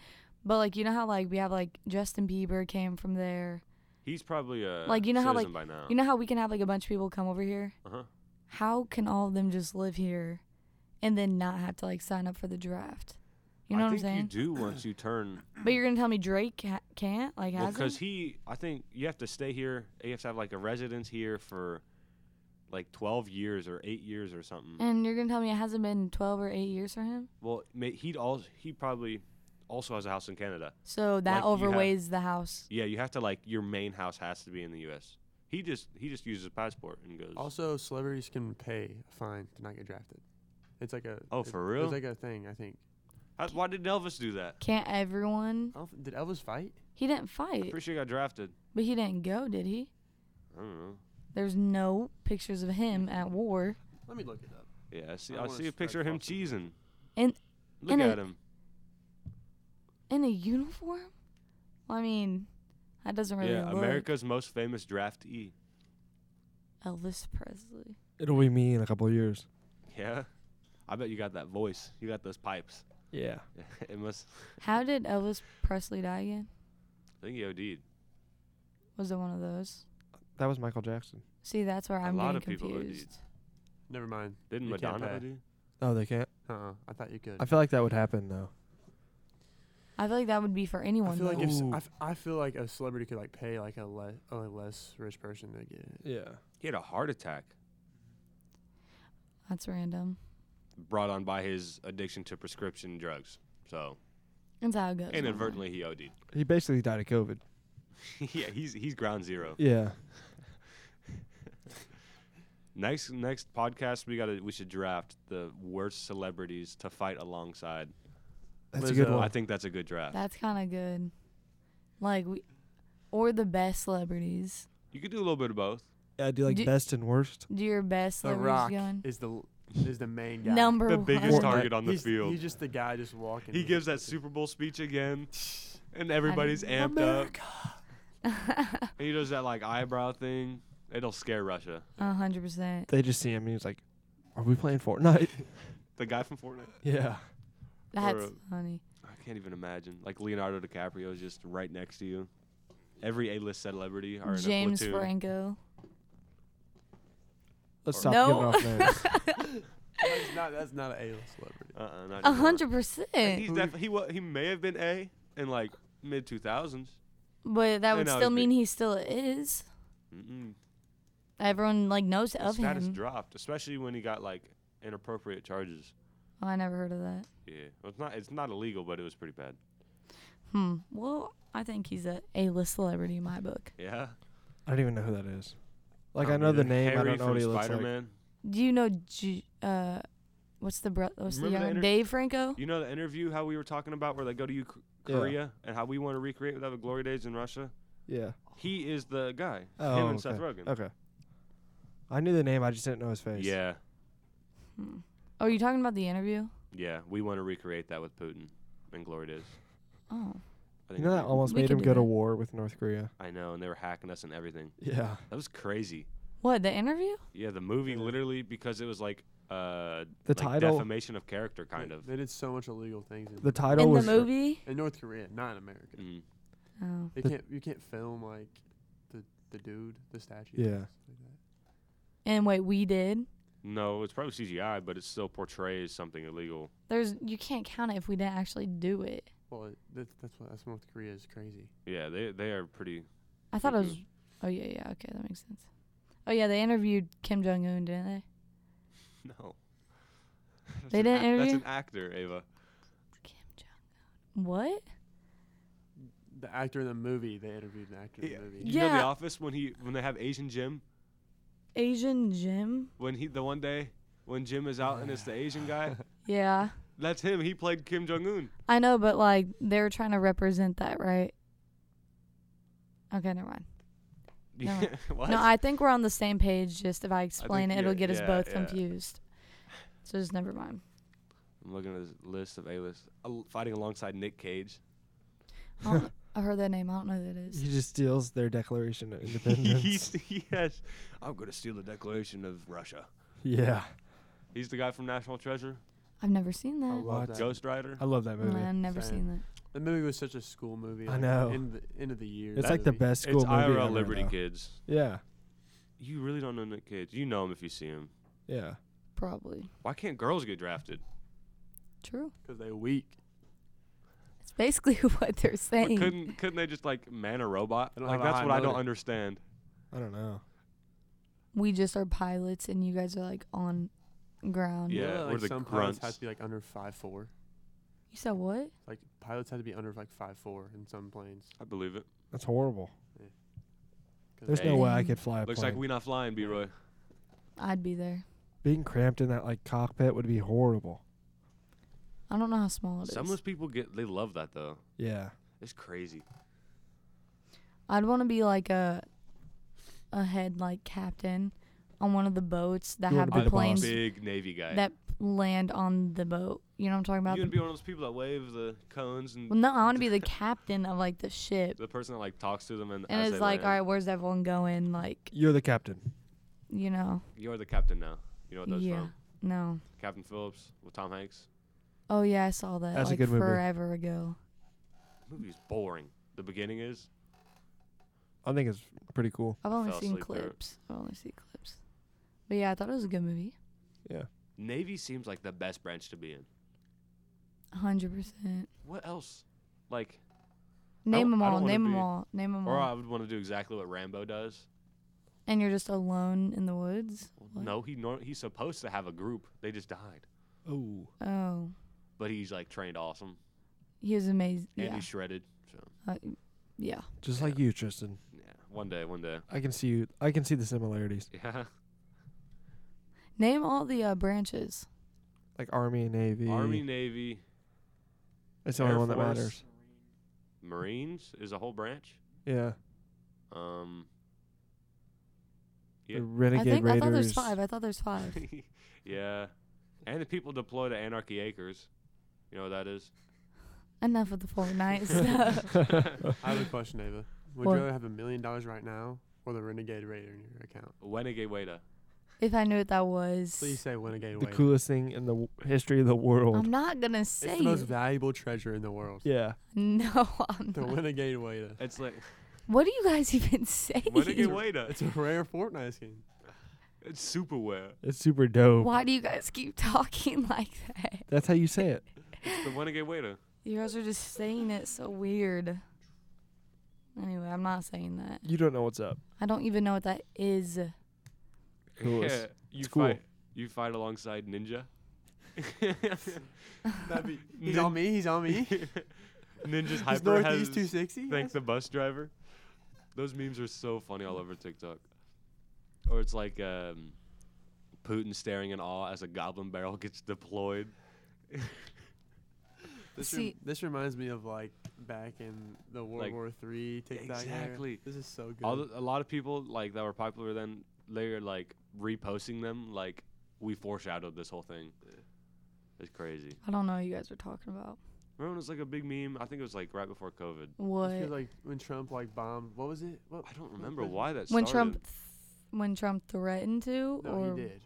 S4: but like you know how like we have like Justin Bieber came from there.
S2: He's probably a
S4: Like, you know how,
S2: citizen by now.
S4: You know how we can have like a bunch of people come over here.
S2: uh-huh.
S4: How can all of them just live here, and then not have to like sign up for the draft? You know
S2: I
S4: what I'm
S2: think
S4: saying?
S2: you do once you turn
S4: but you're gonna tell me Drake ha- can't like has
S2: because
S4: him?
S2: he. I think you have to stay here. You have to have like a residence here for like 12 years or eight years or something.
S4: and you're gonna tell me it hasn't been 12 or 8 years for him?
S2: Well, ma- he'd also he probably also has a house in Canada.
S4: So
S2: Like,
S4: that
S2: you have-
S4: overweighs the house.
S2: Yeah, you have to like your main house has to be in the U.S. He just he just uses a passport and goes.
S5: Also, celebrities can pay a fine to not get drafted. It's like a
S2: Oh,
S5: it-
S2: for real?
S5: It's like a thing. I think.
S2: How, why did Elvis do that?
S4: Can't everyone?
S5: I don't th- did Elvis fight?
S4: He didn't
S2: I'm
S4: fight,
S2: pretty sure he got drafted.
S4: but he didn't go, did he?
S2: I don't know.
S4: There's no pictures of him at war.
S5: Let me look it up.
S2: Yeah, I see.
S5: I
S2: I,
S5: wanna
S2: see a
S5: spread
S2: picture of him
S5: false information.
S2: cheesing.
S4: In-
S2: look
S4: in a-
S2: at him.
S4: In a uniform? Well, I mean, that doesn't really
S2: yeah,
S4: look.
S2: America's most famous E. draftee.
S4: Elvis Presley.
S3: It'll be me in a couple of years.
S2: Yeah, I bet you got that voice. You got those pipes.
S3: Yeah.
S2: it must.
S4: How did Elvis Presley die again?
S2: I think he OD'd.
S4: Was it one of those?
S3: That was Michael Jackson.
S4: See, that's where
S2: A
S4: I'm
S2: lot
S4: getting
S2: of people would
S4: confused.
S5: Never mind.
S2: Didn't
S5: You can't
S2: Madonna
S5: pay.
S2: OD?
S3: Oh, they can't.
S5: Uh-uh. I thought you could.
S3: I feel like that would happen though.
S4: I feel like that would be for
S5: I
S4: anyone.
S5: feel like
S4: though.
S5: if s-
S3: Ooh.
S5: I, f- I feel like a celebrity could like pay like a less a less rich person to get it.
S3: Yeah.
S2: He had a heart attack
S4: that's random.
S2: brought on by his addiction to prescription drugs. So
S4: That's how it goes. normally.
S2: inadvertently he OD'd.
S3: He basically died of COVID.
S2: yeah, he's he's ground zero.
S3: Yeah.
S2: Next next podcast we got to we should draft the worst celebrities to fight alongside.
S3: That's a good
S5: Lizzo.
S3: one.
S2: I think that's a good draft.
S4: That's kind of good. Like we, or the best celebrities.
S2: You could do a little bit of both.
S3: yeah, I do like
S4: Do-
S3: best and worst.
S4: Do your best
S5: The
S4: celebrities
S5: Rock
S4: going?
S5: is the l- is the main guy.
S4: Number
S2: The
S4: one.
S2: biggest
S3: Or-
S2: target on the
S5: he's,
S2: field.
S5: He's just the guy just walking.
S2: he
S5: He's
S2: gives
S5: like,
S2: that Super Bowl speech again, and everybody's amped
S5: America.
S2: up. And he does that like eyebrow thing. It'll scare Russia.
S4: A hundred percent.
S3: They just see him and he's like, "Are we playing Fortnite?"
S2: The guy from Fortnite.
S3: yeah.
S4: That's
S2: a-
S4: funny.
S2: I can't even imagine. Like Leonardo DiCaprio is just right next to you. Every A-list celebrity are in
S4: James
S2: a platoon.
S4: Franco.
S3: Let's
S2: Or-
S3: stop
S4: No.
S3: giving off names.
S5: That's not that's not an A list celebrity.
S2: Uh-uh, not
S4: A
S2: anymore.
S4: hundred
S2: Like,
S4: percent.
S2: He's definitely he wa- he may have been A in like mid 2000s.
S4: But that
S2: I
S4: would
S2: know,
S4: still
S2: it'd be-
S4: mean he still is.
S2: Mm-mm.
S4: Everyone like knows
S2: His
S4: of
S2: status
S4: him.
S2: dropped, especially when he got like inappropriate charges.
S4: oh, I never heard of that.
S2: Yeah, well, it's not it's not illegal, but it was pretty bad.
S4: Hmm. Well, I think he's a A-list celebrity in my book.
S2: Yeah,
S3: I don't even know who that is. Like I
S5: don't
S3: know the
S5: either.
S3: name,
S2: Harry
S3: I don't know
S2: from
S3: what he looks like.
S2: Spider-Man.
S4: Do you know? G- uh, what's the bro- what's the
S2: Remember that
S4: young
S2: inter-
S4: Dave Franco?
S2: You know the interview how we were talking about where they go to Uk-
S3: Yeah.
S2: Korea and how we want to recreate that with glory days in Russia.
S3: Yeah.
S2: He is the guy.
S3: Oh,
S2: Him and
S3: okay.
S2: Seth Rogen.
S3: Okay. I knew the name, I just didn't know his face.
S2: Yeah,
S4: Hmm. Oh, you talking about the interview?
S2: yeah. We want to recreate that with Putin and glory days.
S4: Oh,
S2: I
S3: You know that
S2: we-
S3: almost
S4: We
S3: made
S4: could
S3: him
S4: do
S3: go to
S4: that.
S3: war with North Korea.
S2: I know, and they were hacking us and everything.
S3: Yeah.
S2: That was crazy.
S4: what the interview?
S2: Yeah, the movie
S3: Yeah.
S2: literally because it was like uh
S3: The
S2: like
S3: title-
S2: defamation of character kind
S5: They-
S2: of.
S5: They did so much illegal things in,
S3: The title
S4: In the
S3: was
S4: movie?
S5: in North Korea, not in America.
S2: Mm.
S4: Oh.
S5: They
S3: The-
S5: can't. You can't film like the the dude, the statue.
S3: Yeah.
S5: and stuff Like that.
S4: And wait, we did.
S2: No, it's probably CGI, but it still portrays something illegal.
S4: There's you can't count it if we didn't actually do it.
S5: Well, it, that's that's what that's North Korea is crazy.
S2: Yeah, they they are pretty.
S4: I thought it
S2: Mhm.
S4: was. Oh yeah, yeah. Okay, that makes sense. Oh yeah, they interviewed Kim Jong Un, didn't they?
S2: No.
S4: They didn't
S2: act-
S4: interview?
S2: That's an actor, Ava.
S4: Kim Jong Un. What?
S5: The actor in the movie, they interviewed an actor
S2: Yeah.
S5: in the movie.
S2: You know
S4: Yeah.
S2: the office when he when they have Asian Jim
S4: Asian Jim?
S2: when he the one day when Jim is out and it's the Asian guy.
S4: Yeah,
S2: That's him. He played Kim Jong Un.
S4: I know, but like they were trying to represent that, right? Okay, never mind. No.
S2: what?
S4: No, I think we're on the same page. Just if I explain it,
S2: think
S4: it'll
S2: you're-
S4: get us
S2: yeah,
S4: both
S2: yeah.
S4: confused. So just never mind.
S2: I'm looking at this list of A-list al- fighting alongside Nick Cage.
S4: I, don't, I heard that name. I don't know who that is.
S3: He just steals their Declaration of Independence.
S2: He's, he has. I'm gonna steal the Declaration of Russia.
S3: yeah.
S2: He's the guy from National Treasure,
S4: I've never seen
S5: I
S4: that.
S5: love
S3: What?
S5: that.
S2: Ghost Rider.
S3: I love that movie.
S4: I've never
S5: Same.
S4: seen that.
S5: The movie was such a school movie.
S3: I
S5: like,
S3: know.
S5: End of the, end of the year.
S3: It's like the
S5: movie.
S3: best school
S2: It's
S3: movie.
S2: IRL
S3: ever,
S2: Liberty
S3: though.
S2: Kids.
S3: Yeah.
S2: You really don't know Nick Cage. You know him if you see him.
S3: Yeah.
S4: Probably
S2: Why can't girls get drafted?
S4: true.
S5: Because they weak.
S4: It's basically what they're
S2: But
S4: saying.
S2: couldn't couldn't they just like man a robot?
S5: They don't
S2: Like
S5: have a
S2: that's
S5: high
S2: what I don't
S5: motor.
S2: understand.
S3: I don't know.
S4: we just are pilots, and you guys are like on ground.
S5: You know
S2: Yeah, we're
S5: that, like
S2: Uh, the
S5: some pilots
S2: grunts.
S5: have to be like under five four.
S4: You said what?
S5: Like pilots have to be under like five four in some planes.
S2: I believe it.
S3: That's horrible.
S5: 'cause
S3: There's
S5: they-
S3: no way I
S4: Dang.
S3: could fly a
S2: Looks
S3: plane.
S2: like we not flying, B Roy.
S4: I'd be there.
S3: Being cramped in that like cockpit would be horrible.
S4: I don't know how small it is.
S2: Some of those people get they love that though.
S3: Yeah.
S2: It's crazy.
S4: I'd want to be like a a head like captain on one of the boats that
S3: You
S4: have
S3: wanna be the
S4: the
S3: boss.
S4: planes
S2: Big Navy guy.
S4: that land on the boat. You know what I'm talking
S2: you
S4: about?
S2: gonna
S4: The-
S2: be one of those people that wave the cones and
S4: well, no, I want to be the captain of like the ship,
S2: the person that like talks to them and,
S4: and
S2: as
S4: it's
S2: they
S4: like, all right,
S2: land.
S4: where's everyone going? Like,
S3: You're the captain.
S4: you know,
S2: You're the captain now. You know what Oh, that's
S4: yeah,
S2: from?
S4: no.
S2: Captain Phillips with Tom Hanks.
S4: Oh yeah, I saw that
S3: That's a
S4: like
S3: good movie.
S4: forever ago.
S2: The movie's boring. The beginning is.
S3: I think it's pretty cool.
S4: I've only
S2: Fell
S4: seen
S2: asleep there.
S4: clips. I've only seen clips. But yeah, I thought it was a good movie.
S2: Navy seems like the best branch to be in.
S4: A Hundred percent.
S2: What else? Like, w-
S4: Name them
S2: I don't
S4: all.
S2: wanna
S4: Name them
S2: be-
S4: all. Name them
S2: or
S4: all.
S2: I would want to do exactly what Rambo does.
S4: and you're just alone in the woods. What?
S2: No, he nor- he's supposed to have a group. They just died.
S3: Oh.
S4: Oh,
S2: But he's like trained awesome
S4: he was amazing.
S2: and
S4: Yeah.
S2: he's shredded. So
S4: Uh, yeah.
S3: Just like you, Tristan.
S2: yeah, one day, one day.
S3: I can see you I can see the similarities.
S2: Yeah,
S4: Name all the uh, branches.
S3: Like Army and Navy.
S2: Army, Navy,
S3: It's the only
S2: Air
S3: one that
S2: Force.
S3: matters.
S2: Marines is a whole branch.
S3: Yeah.
S2: Um, Yeah.
S3: The Renegade
S4: I think
S3: Raiders.
S4: I thought there's five. I thought there's five.
S2: yeah, and the people deployed to Anarchy Acres. You know what that is?
S4: Enough of the Fortnite stuff.
S5: I have a question, Ava. Would
S4: What?
S5: you rather have a million dollars right now or the Renegade Raider in your account?
S2: Wenegay Weta.
S4: If I knew what that was,
S5: Please say Renegade
S3: the
S5: Raider.
S3: coolest thing in the w- history of the world.
S4: I'm not gonna
S5: It's
S4: say.
S5: the most
S4: it.
S5: valuable treasure in the world.
S3: yeah.
S4: No, I'm
S5: The
S4: not.
S5: Renegade Raider.
S2: It's like
S4: What do you guys even say?
S2: Wenegay Weta.
S5: It's a rare Fortnite skin.
S2: It's superware.
S3: It's super dope.
S4: Why do you guys keep talking like that?
S3: That's how you say it.
S2: It's the Wenegay Weta.
S4: You guys are just saying it so weird. Anyway, I'm not saying that.
S3: You don't know what's up.
S4: I I don't even know what that is.
S3: Cool. It's-
S2: you
S3: it's cool.
S2: fight. You fight alongside Ninja.
S5: That'd be, he's
S2: Nin-
S5: on me. He's on me.
S2: Ninja's
S5: He's
S2: hyper has
S5: Northeast 260.
S2: thank the bus driver. Those memes are so funny all over TikTok. Or it's like um, Putin staring in awe as a goblin barrel gets deployed.
S5: This, rem-
S4: See-
S5: this reminds me of like back in the World
S2: Like-
S5: War Three TikTok era.
S2: Exactly.
S5: This is so good.
S2: All the, a lot of people like that were popular then they're like reposting them like we foreshadowed this whole thing. It's crazy.
S4: I don't know what you guys are talking about.
S2: Remember when it was like a big meme? I think it was like right before COVID.
S4: What?
S5: This was, like when Trump like bombed. What was it? What?
S2: I don't remember why that
S4: when
S2: started.
S4: Trump, th- when Trump threatened to,
S5: No,
S4: or
S5: he did.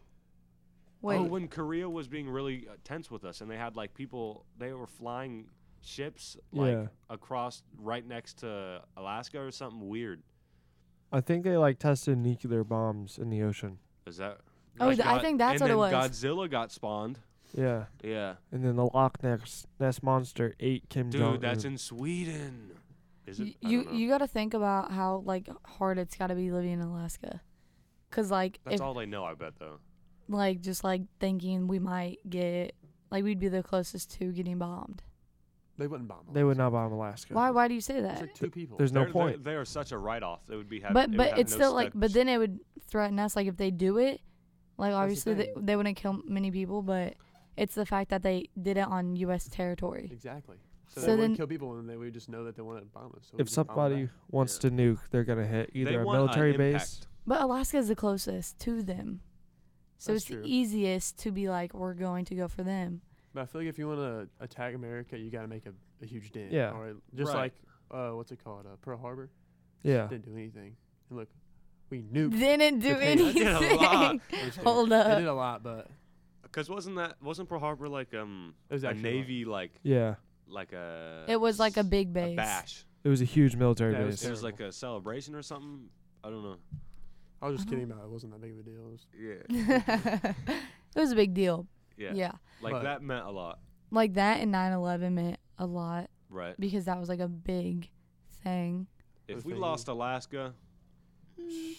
S4: wait,
S2: Oh, when Korea was being really uh, tense with us, and they had like people, they were flying ships like
S3: Yeah.
S2: across right next to Alaska or something weird.
S3: I think they like tested nuclear bombs in the ocean.
S2: Is that?
S4: Oh,
S2: Like
S4: th- I
S2: God-
S4: think that's
S2: and
S4: what it
S2: then
S4: was.
S2: Godzilla got spawned.
S3: Yeah,
S2: Yeah,
S3: and then the Loch Ness, Ness monster ate Kim
S2: dude,
S3: Jong.
S2: that's in Sweden. Is it?
S4: y-
S2: I
S4: you
S2: don't know.
S4: you got to think about how like hard it's got to be living in Alaska, cause like
S2: That's
S4: if
S2: all they know, I bet though.
S4: like just like thinking we might get like we'd be the closest to getting bombed.
S5: They wouldn't bomb.
S3: They would not bomb Alaska.
S4: Why why do you say
S5: It's
S4: that?
S5: like two people.
S3: There's no
S2: They're- they're-
S3: point.
S2: They are such a write-off. They would be. Have, it
S4: but
S2: would
S4: but
S2: have
S4: it's
S2: no
S4: still like but
S2: steps.
S4: then it would threaten us like if they do it, like
S5: the
S4: obviously they,
S5: thing.
S4: they wouldn't kill many people, but it's the fact that they did it on U.S. territory.
S5: exactly.
S4: So
S5: So, they
S4: then-
S5: wouldn't kill people, and they would just know that they want to bomb us. So we
S3: if
S5: just bomb them
S3: somebody
S5: back.
S3: wants to nuke, they're gonna hit
S2: They
S3: either a
S2: want an
S3: military base.
S2: impact.
S4: But Alaska is the closest to them. So
S5: That's
S4: it's
S5: true.
S4: the easiest to be like, we're going to go for them.
S5: but I feel like if you want to attack America, you got to make a, a huge dent.
S3: Yeah.
S5: Or just
S2: Right.
S5: like uh, what's it called? Uh, Pearl Harbor
S3: Yeah,
S5: didn't do anything. And look, we nuked.
S4: Didn't do
S5: Japan. I
S2: did a lot.
S4: anything.
S5: I'm just kidding.
S4: Hold
S5: They
S4: up.
S5: did a lot, but
S2: Because wasn't that wasn't Pearl Harbor like um
S5: it was
S2: a
S5: actually lot.
S2: navy like
S3: yeah.
S2: like a
S4: It was like a big
S2: a
S4: base.
S2: bash.
S3: It was a huge military
S5: Yeah, it was
S3: base.
S2: It was like
S5: Terrible.
S2: a celebration or something. I don't know.
S5: I was just
S4: I don't-
S5: kidding about it. It wasn't that big of a deal. It was-
S2: Yeah.
S4: it was a big deal.
S2: Yeah.
S4: Yeah.
S2: Like
S5: But-
S2: that meant a lot,
S4: Like that and 9 11 meant a lot
S2: right?
S4: because that was like a big thing.
S2: If
S5: Those
S2: we
S5: things.
S2: lost Alaska,
S4: Mm-hmm.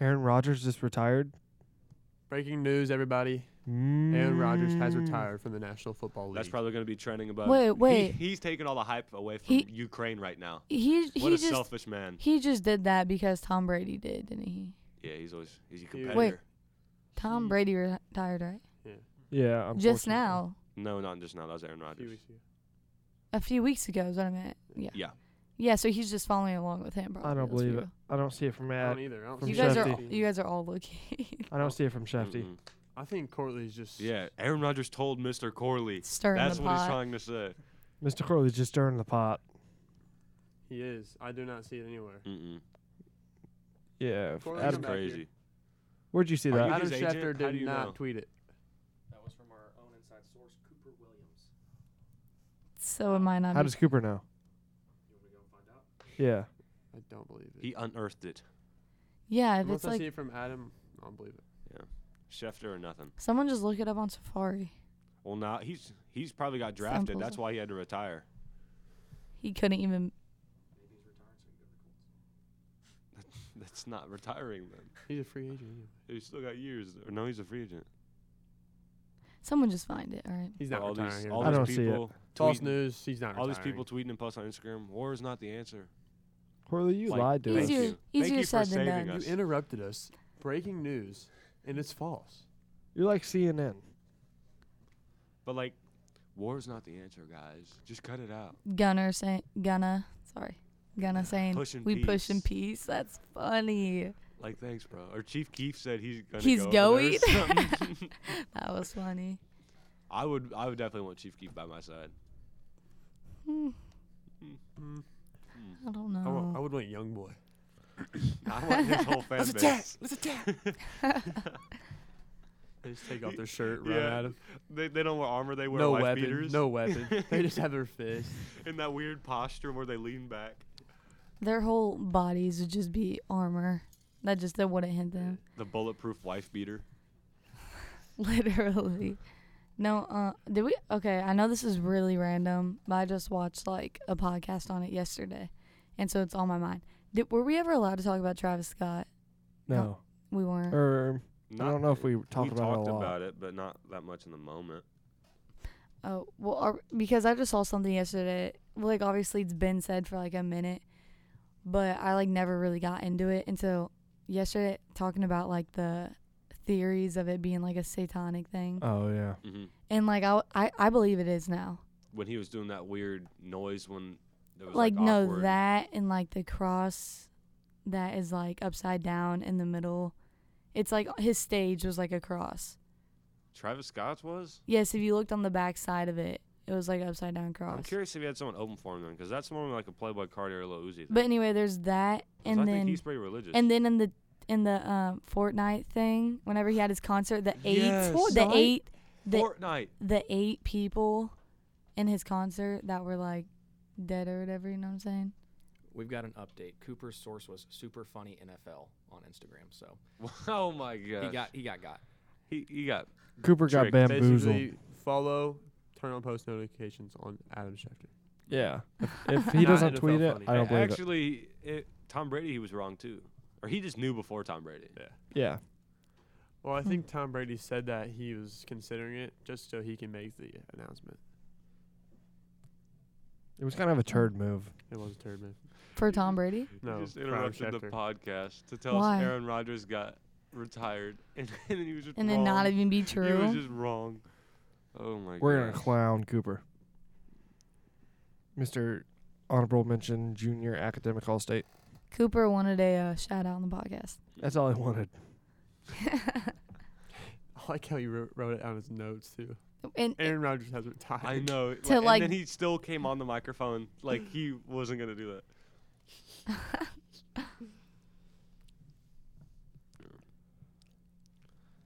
S3: Aaron Rodgers just retired.
S5: Breaking news, everybody. Aaron Rodgers has
S3: Mm.
S5: retired from the National Football League.
S2: that's probably going to be trending above.
S4: Wait,
S2: He-
S4: wait.
S2: he's taking all the hype away from
S4: He-
S2: Ukraine right now.
S4: He,
S2: What
S4: he
S2: a
S4: just.
S2: selfish man.
S4: He just did that because Tom Brady did, didn't he?
S2: Yeah, he's always he's a
S5: Dude.
S2: competitor.
S4: Wait. Tom
S5: He-
S4: Brady retired, right?
S3: Yeah, unfortunately.
S4: Just now,
S2: No, not just now. That was Aaron
S5: A few
S2: Rodgers.
S5: weeks ago.
S4: a few weeks ago, is what I meant. Yeah.
S2: Yeah.
S4: Yeah, so he's just following along with him. Probably.
S3: I don't
S4: let's be
S3: believe it.
S4: real.
S3: I don't see it from
S5: I
S3: Matt.
S5: don't e- either. I don't
S3: Uh, from
S5: see
S4: You
S5: it.
S4: guys are
S3: Shefty.
S4: you guys are all looking
S3: I don't see it from Shefty.
S2: Mm-mm.
S5: I think Courtney's just.
S2: Yeah, Aaron Rodgers told Mr. Corley.
S4: stirring
S2: That's
S4: the
S2: what he's
S4: pot.
S2: trying to say.
S3: Mr. Corley's just stirring the pot.
S5: He is. I do not see it anywhere.
S2: Mm-mm.
S3: Yeah. if
S5: Corley's
S2: That's
S5: come
S3: Adam,
S5: back here.
S2: crazy.
S3: where'd you see
S2: Are you
S3: that?
S5: Adam
S2: his agent?
S5: Schefter
S2: How
S5: did
S2: do you
S5: not
S2: know?
S5: tweet it.
S6: That was from our own inside source, Cooper Williams.
S4: So it might not.
S3: How
S4: be-
S3: does Cooper know? Yeah.
S5: I don't believe it.
S2: He unearthed it.
S4: yeah, if
S5: Unless
S4: it's
S5: I see
S4: like
S5: it from Adam, I don't believe it.
S2: Schefter or nothing.
S4: someone just look it up on Safari.
S2: Well, now he's he's probably got drafted.
S4: Samples.
S2: That's why he had to retire.
S4: He couldn't even.
S2: That's not retiring then.
S5: He's a free agent. anyway.
S2: He's still got years. Or no, he's a free agent.
S4: Someone just find it. All right.
S5: He's not
S2: all
S5: retiring.
S2: these,
S5: anyway.
S2: all
S3: I
S2: these
S3: don't see it.
S2: people
S5: False
S2: tweeting-
S5: news. He's not.
S2: All these
S5: retiring.
S2: people tweeting and posting on Instagram. War is not the answer.
S3: Corley, you
S2: Like,
S3: lied to
S2: thank
S3: us.
S4: Easier-
S2: you. Thank
S4: easier
S2: you for
S4: said than
S2: saving
S4: done.
S2: us.
S5: You interrupted us. Breaking news, and it's false.
S3: You're like CNN.
S2: But like, war is not the answer, guys. Just cut it out.
S4: Gunner saying Gunna. Sorry, Gunna saying
S2: Push in
S4: we push in
S2: peace.
S4: peace. That's funny.
S2: Like, thanks, bro. Or Chief Keef said he's gonna.
S4: He's
S2: go over there or
S4: going?
S2: something.
S4: That was funny.
S2: I would. I would definitely want Chief Keef by my side.
S4: Hmm,
S5: Mm.
S4: I don't
S5: I, want, I
S4: know.
S5: would want young boy.
S2: I want his whole fan base.
S5: They just take off their shirt, run
S2: Yeah.
S5: at him.
S2: They, they don't wear armor. They wear
S5: no
S2: wife
S5: weapon.
S2: beaters.
S5: No weapon. they just have their fist.
S2: In that weird posture where they lean back.
S4: Their whole bodies would just be armor. That just that wouldn't hit them.
S2: The bulletproof wife beater.
S4: Literally. No, uh, did we? Okay, I know this is really random, but I just watched like a podcast on it yesterday, and so it's on my mind. Did, were we ever allowed to talk about Travis Scott?
S3: No.
S4: We weren't.
S5: Er.
S3: Or I don't know if we
S2: we
S3: talked about it a
S2: talked
S3: lot.
S2: about it, but not that much in the moment.
S4: Oh well, are, because I just saw something yesterday. Well, like obviously it's been said for like a minute, but I like never really got into it until yesterday talking about like the theories of it being like a satanic thing,
S3: Oh yeah.
S2: hmm
S4: and like I, I I believe it is now.
S2: When he was doing that weird noise when there was
S4: Like
S2: like,
S4: no,
S2: awkward-
S4: that and like the cross that is like upside down in the middle. It's like his stage was like a cross.
S2: Travis Scott's was.
S4: Yes, if you looked on the back side of it, it was like upside down cross.
S2: I'm curious if he had someone open for him then, because that's more like a Playboy Cardi or Lil Uzi. Thing.
S4: But anyway, there's that,
S2: 'Cause
S4: and
S2: I
S4: then
S2: think he's pretty religious.
S4: And then in the in the um, Fortnite thing, whenever he had his concert, the eight,
S2: Yes.
S4: the
S2: Fortnite?
S4: eight, the
S2: Fortnite.
S4: the eight people in his concert that were like dead or whatever. You know what I'm saying?
S6: We've got an update. Cooper's source was super funny NFL on Instagram, so
S2: Oh my god.
S6: he got he got got.
S2: he, he got
S3: Cooper got
S2: Trick.
S3: bamboozled.
S5: Basically, follow, turn on post notifications on Adam Schefter.
S3: Yeah. If, if he
S5: Not
S3: doesn't
S5: NFL
S3: tweet it,
S5: funny.
S3: I don't
S2: A-
S3: believe it.
S2: Actually, it, Tom Brady, he was wrong too, or he just knew before Tom Brady. Yeah.
S3: Yeah.
S5: Well, I
S4: Hmm.
S5: think Tom Brady said that he was considering it just so he can make the announcement.
S3: It was kind of a turd move.
S5: It was a turd move.
S4: For Tom Brady,
S5: No,
S2: he just
S5: Adam
S2: interrupted the
S5: Schefter.
S2: podcast to tell
S4: Why?
S2: us Aaron Rodgers got retired, and, then he was just
S4: and
S2: wrong.
S4: then not even be
S2: He was
S4: true.
S2: just wrong. Oh my god.
S3: We're gonna clown Cooper. Mr. Honorable mention junior academic all state.
S4: Cooper wanted a uh, shout out on the podcast.
S3: That's all I wanted.
S5: I like how you wrote, wrote it on his notes too.
S4: and
S5: Aaron Rodgers has retired.
S2: I know.
S4: To,
S2: like,
S4: like-
S2: and then he still came on the microphone like he wasn't gonna do that.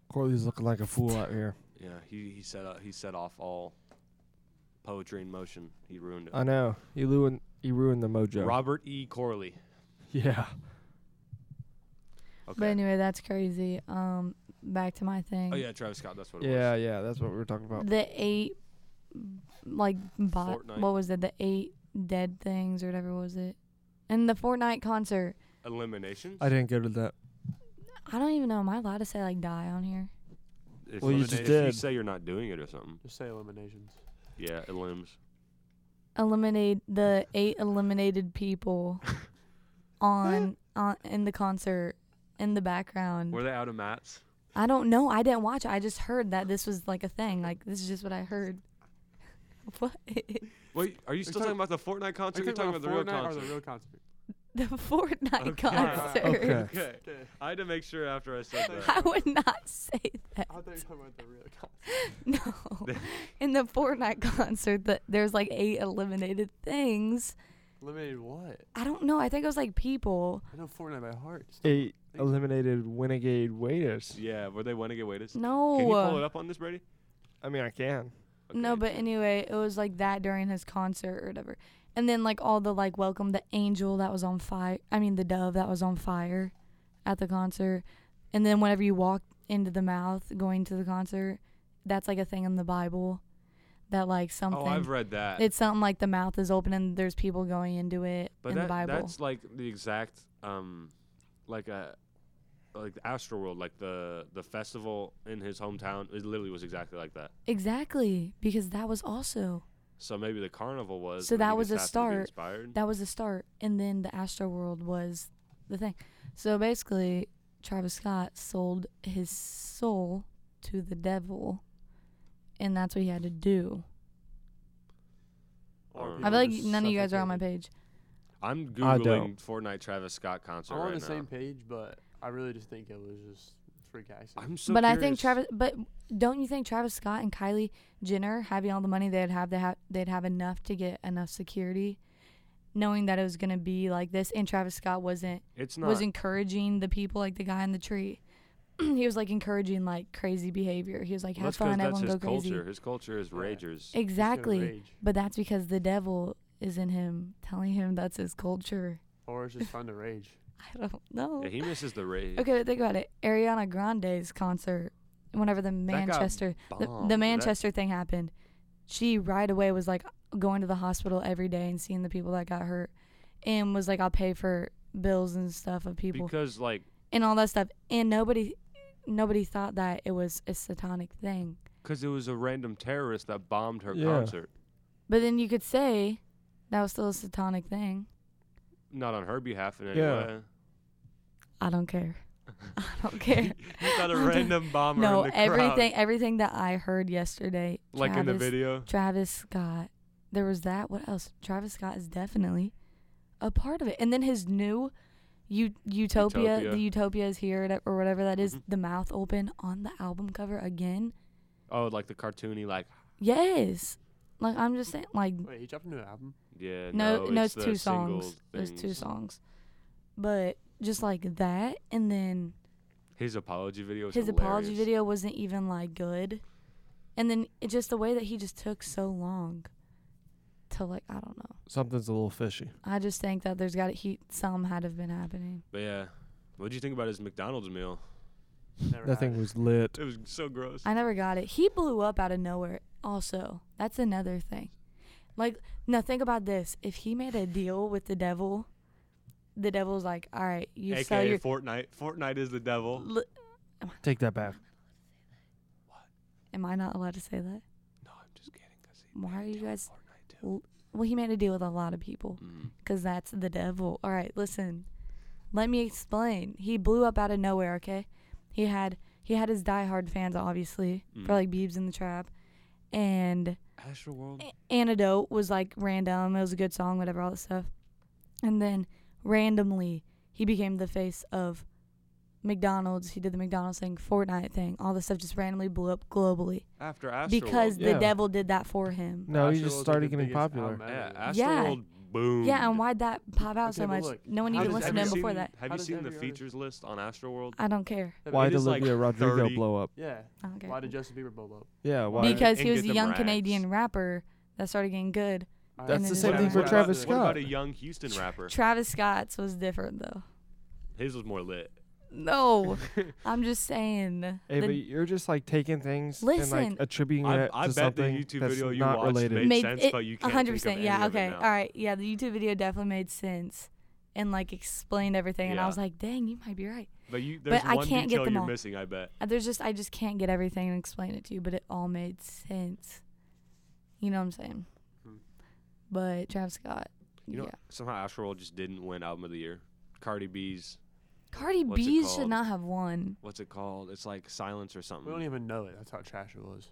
S3: Corley's looking like a fool out here.
S2: Yeah, he he set up, he set off all poetry in motion. He ruined it.
S3: I know. You ruined you ruined the mojo.
S2: Robert E. Corley.
S3: Yeah.
S2: Okay.
S4: but anyway, that's crazy. Um, back to my thing.
S2: oh yeah, Travis Scott. That's what it
S3: Yeah,
S2: was.
S3: yeah, that's what we were talking about.
S4: the eight like bot
S2: Fortnite.
S4: what was it the eight dead things or whatever was it and the fortnite concert
S2: Elimination.
S3: I didn't go to that.
S4: i don't even know am i allowed to say like die on here
S2: If
S3: Well, you just
S2: elimination- if
S3: did.
S2: You say you're not doing it or something.
S5: Just say eliminations.
S2: Yeah, it limbs.
S4: eliminate the eight eliminated people on on in the concert in the background
S2: Were they out of mats?
S4: i don't know i didn't watch it i just heard that this was like a thing like this is just what i heard what
S2: Wait, are you still talking,
S5: talking-
S2: about the Fortnite concert? You're talking about the real
S5: Fortnite
S2: concert.
S5: or the real concert?
S4: the fortnite
S2: Okay.
S4: concert
S3: Okay.
S2: okay.
S5: Okay.
S2: I had to make sure after I said
S4: i
S2: that.
S4: would not say that
S5: I thought you were talking about the real concert.
S4: No. In the Fortnite concert, that there's like eight eliminated things.
S5: Eliminated what?
S4: I don't know. I think it was like people.
S5: I know Fortnite by heart. Stop.
S3: Eight eliminated Renegade waiters.
S2: yeah, were they winning away this?
S4: No.
S2: Can you pull it up on this, Brady?
S3: I mean, I can.
S4: No,
S2: Okay.
S4: but anyway, it was like that during his concert or whatever. And then like all the like welcome the angel that was on fire. I mean the dove that was on fire at the concert. And then whenever you walk into the mouth going to the concert, that's like a thing in the Bible that like something
S2: Oh, I've read that.
S4: it's something like the mouth is open and there's people going into it
S2: but
S4: in
S2: that,
S4: the Bible.
S2: that's like the exact, um, like a, like the Astro World, like the the festival in his hometown. It literally was exactly like that.
S4: Exactly, because that was also
S2: So maybe the carnival was.
S4: So
S2: and then
S4: that
S2: he
S4: was
S2: just
S4: a
S2: happened to be
S4: start.
S2: Inspired.
S4: that was the start, and then the Astro World was the thing. So basically, Travis Scott sold his soul to the devil, and that's what he had to do.
S5: Or
S2: I
S5: people
S4: I feel like
S5: just
S4: none of you guys are on my
S5: suffocated.
S4: page.
S2: I'm
S3: I
S2: googling
S3: don't.
S2: Fortnite Travis Scott concert
S5: I'm on
S2: right
S5: the
S2: now.
S5: same page, but I really just think it was just freak accident.
S2: I'm so.
S4: but I think
S2: curious.
S4: Travis. But don't you think Travis Scott and Kylie Jenner having all the money they'd have, they ha- they'd have enough to get enough security, knowing that it was gonna be like this, and Travis Scott wasn't
S2: It's not.
S4: was encouraging the people, like the guy in the tree. he was like encouraging like crazy behavior. He was like,
S2: Well,
S4: "Have
S2: that's 'cause
S4: fun,
S2: that's
S4: everyone
S2: his
S4: go
S2: culture.
S4: crazy."
S2: His culture is
S5: Yeah.
S2: ragers.
S5: He's gonna
S4: Exactly,
S5: rage.
S4: but that's because the devil is in him, telling him that's his culture.
S5: Or it's just fun to rage.
S4: I don't know.
S2: Yeah, he misses the rage.
S4: okay, but think about it. Ariana Grande's concert, whenever the
S2: got
S4: Manchester the,
S2: bombed.
S4: the
S2: That-
S4: Manchester thing happened, she right away was like going to the hospital every day and seeing the people that got hurt, and was like, "I'll pay for bills and stuff of people
S2: because like
S4: and all that stuff, and nobody nobody thought that it was a satanic thing.
S2: because it was a random terrorist that bombed her
S3: Yeah.
S2: concert,
S4: But then you could say that was still a satanic thing.
S2: not on her behalf in any
S3: Yeah.
S2: way.
S4: I don't care. I don't care.
S2: You got a
S4: Okay.
S2: random bomber
S4: no,
S2: in the
S4: everything everything that I heard yesterday,
S2: crowd, like in the
S4: Travis-
S2: video.
S4: Travis Scott. There was that. What else? Travis Scott is definitely a part of it. And then his new U- Utopia,
S2: Utopia.
S4: the Utopia is here or- or whatever that is,
S2: Mhm.
S4: the mouth open on the album cover again.
S2: Oh, like the cartoony, like
S4: Yes. Like I'm just saying like
S5: Wait, he dropped a new album.
S2: yeah.
S4: no no it's,
S2: the
S4: two
S2: single
S4: songs. There's two
S2: things.
S4: songs. But just like that and then
S2: His apology video. Was
S4: his apology
S2: hilarious.
S4: video wasn't even like good. And then it just the way that he just took so long to like I don't know.
S3: Something's a little fishy.
S4: I just think that there's got to he some had to have been happening.
S2: But yeah, what would you think about his McDonald's meal?
S5: Never
S3: That thing
S5: had it.
S3: was lit.
S2: It was so gross.
S4: I never got it. He blew up out of nowhere. Also, that's another thing. Like now, think about this: if he made a deal with the devil, the devil's like, "All right, you
S2: AKA
S4: sell your."
S2: Fortnite. Fortnite is the devil.
S4: L-
S3: Take that back.
S4: Am I not allowed to say that?
S2: No, I'm just kidding. Cause he
S4: Why
S2: made
S4: are
S2: a
S4: you
S2: deal with
S4: guys-
S2: Fortnite too.
S4: Well, he made a deal with a lot of people
S2: Mm.
S4: because that's the devil. All right, listen. Let me explain. He blew up out of nowhere. Okay, he had he had his diehard fans, obviously,
S2: Mhm.
S4: for like Beebs in the Trap, and
S2: Astral
S4: eh,
S2: World.
S4: Antidote was like random. It was a good song, whatever, all that stuff. And then randomly, he became the face of McDonald's. He did the McDonald's thing, Fortnite thing, all this stuff just randomly blew up globally
S2: After Astral
S4: because
S3: Yeah.
S4: the devil did that for him.
S3: No,
S5: Astro
S3: he
S5: World's,
S3: just
S5: like,
S3: started
S5: the
S3: getting
S5: biggest
S3: popular.
S5: album ever.
S2: Yeah,
S5: How
S2: Astral
S4: Yeah.
S2: World boom.
S4: Yeah, and why'd that pop out so
S5: Okay, but
S4: much?
S5: look,
S4: No one
S5: how
S4: even
S5: does
S4: listened to
S5: every
S4: him before
S2: seen,
S4: that.
S2: Have
S5: How
S2: you
S5: does
S2: seen the
S5: every artist-
S2: features list on Astral World?
S4: I don't care.
S5: Yeah, but
S3: Why
S5: it
S3: did
S5: is, like-
S3: Olivia Rodrigo
S2: 30.
S3: blow up?
S5: Yeah.
S4: I don't care.
S5: Why did Justin Bieber blow up?
S3: Yeah, why?
S4: because he
S2: And
S4: was
S2: get
S4: a
S2: them
S4: young
S2: rags.
S4: Canadian rapper that started getting good.
S5: All
S3: That's
S5: right,
S4: the
S5: what
S4: same
S5: about-
S4: thing for
S5: what about
S3: Travis
S5: the-
S2: What about
S3: Scott.
S2: a young Houston rapper?
S4: Travis Scott's was different though.
S2: His was more lit.
S4: No, I'm just saying.
S3: Hey,
S4: the
S3: but you're just like taking things and
S4: Listen.
S3: like attributing
S2: I-
S3: it
S2: I
S3: to
S2: bet the
S3: something
S2: YouTube
S3: that's
S2: video you
S3: not
S2: watched
S3: related.
S2: made- sense, but you can't think of any
S4: Yeah.
S2: of it
S4: Okay.
S2: now.
S4: All right. Yeah. The YouTube video definitely made sense and like explained everything, and I
S2: Yeah.
S4: was like, "Dang, you might be right."
S2: But you, there's
S4: I
S2: one
S4: can't get
S2: detail
S4: them
S2: you're
S4: all.
S2: missing. I bet.
S4: Uh, There's just I just can't get everything and explain it to you, but it all made sense. You know what I'm saying?
S5: Hmm.
S4: But Travis Scott.
S2: You know,
S4: yeah.
S2: somehow Astral World just didn't win album of the year. Cardi B's,
S4: Cardi
S2: what's it
S4: B should
S2: called?
S4: not have won.
S2: what's it called? It's like Silence or something.
S5: We don't even know it. That's how trash it was.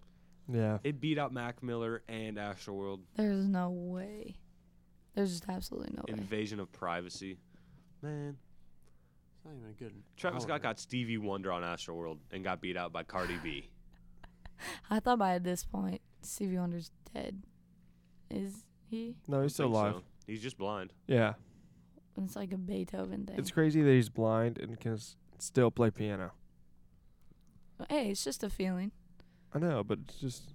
S3: Yeah.
S2: it beat out Mac Miller and Astral World.
S4: There's no way. There's just absolutely no way.
S2: Invasion of Privacy. Man,
S5: It's not even a good.
S2: Travis
S5: album.
S2: Scott got Stevie Wonder on Astral World and got beat out by Cardi B.
S4: I thought by this point Stevie Wonder's dead. Is he?
S3: No, he's
S2: I
S3: still
S2: think so.
S3: alive.
S2: He's just blind.
S3: Yeah.
S4: It's like a Beethoven thing.
S3: It's crazy that he's blind and can s- still play piano.
S4: hey, it's just a feeling.
S3: I know, but it's just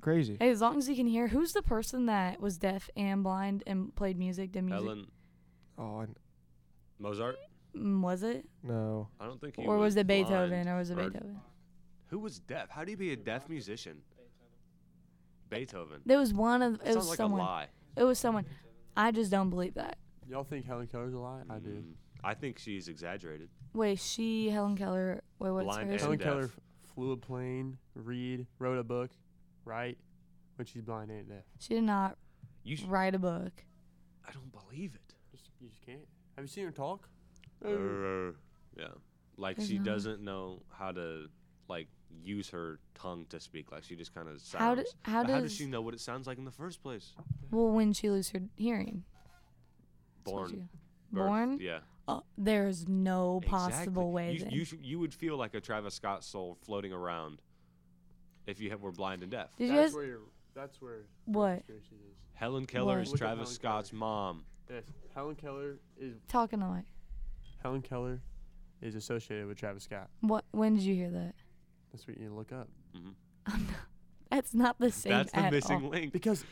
S3: crazy.
S4: Hey, as long as you can hear, who's the person that was deaf and blind and played music? Did music
S2: Ellen
S3: Oh, I n-
S2: Mozart.
S4: Mm, was it,
S3: no.
S2: I don't think he
S4: or was, it Beethoven,
S2: blind.
S4: or was it
S2: or-
S4: Beethoven?
S2: Who was deaf? How do you be a deaf musician? Beethoven.
S4: There was one of
S2: That
S4: it
S2: sounds
S4: was
S2: like a
S4: someone.
S2: lie.
S4: It was someone. I just don't believe that.
S5: Y'all think Helen Keller's a lie? I do.
S2: Mm, I think she's exaggerated.
S4: Wait, she Helen Keller. Wait, what's
S2: Blind
S4: hers?
S2: Mm, and-
S5: Helen
S2: deaf.
S5: Keller f- flew a plane, read, wrote a book, right? When she's blind and deaf.
S4: She did not
S2: You, sh-
S4: write a book.
S2: I don't believe it.
S5: Just, you just can't. Have you seen her talk?
S4: Uh.
S2: Err, yeah. Like
S4: There's
S2: she
S4: no-
S2: doesn't know how to like use her tongue to speak. Like she just kind of sounds.
S4: How did? How
S2: But
S4: does?
S2: how does she know what it sounds like in the first place?
S4: well, when she lose her hearing? That's what
S2: Born.
S4: she- born.
S2: Yeah.
S4: Oh, there's no possible
S2: exactly.
S4: way.
S2: You,
S4: then.
S2: you, sh- you would feel like a Travis Scott soul floating around if you ha- were blind and deaf.
S4: did you guys?
S5: where you're, that's where
S4: What?
S5: conspiracy is.
S2: Helen Keller
S4: What?
S2: is
S5: Look at
S2: Travis
S5: Helen
S2: Scott's
S5: Keller.
S2: mom.
S5: Yes. Helen Keller is
S4: Talking to like
S5: Helen Keller is associated with Travis Scott.
S4: what? When did you hear that?
S5: That's what you need to look up.
S2: Mhm.
S4: That's not the same.
S2: That's the
S4: at
S2: missing
S4: all.
S2: link.
S5: Because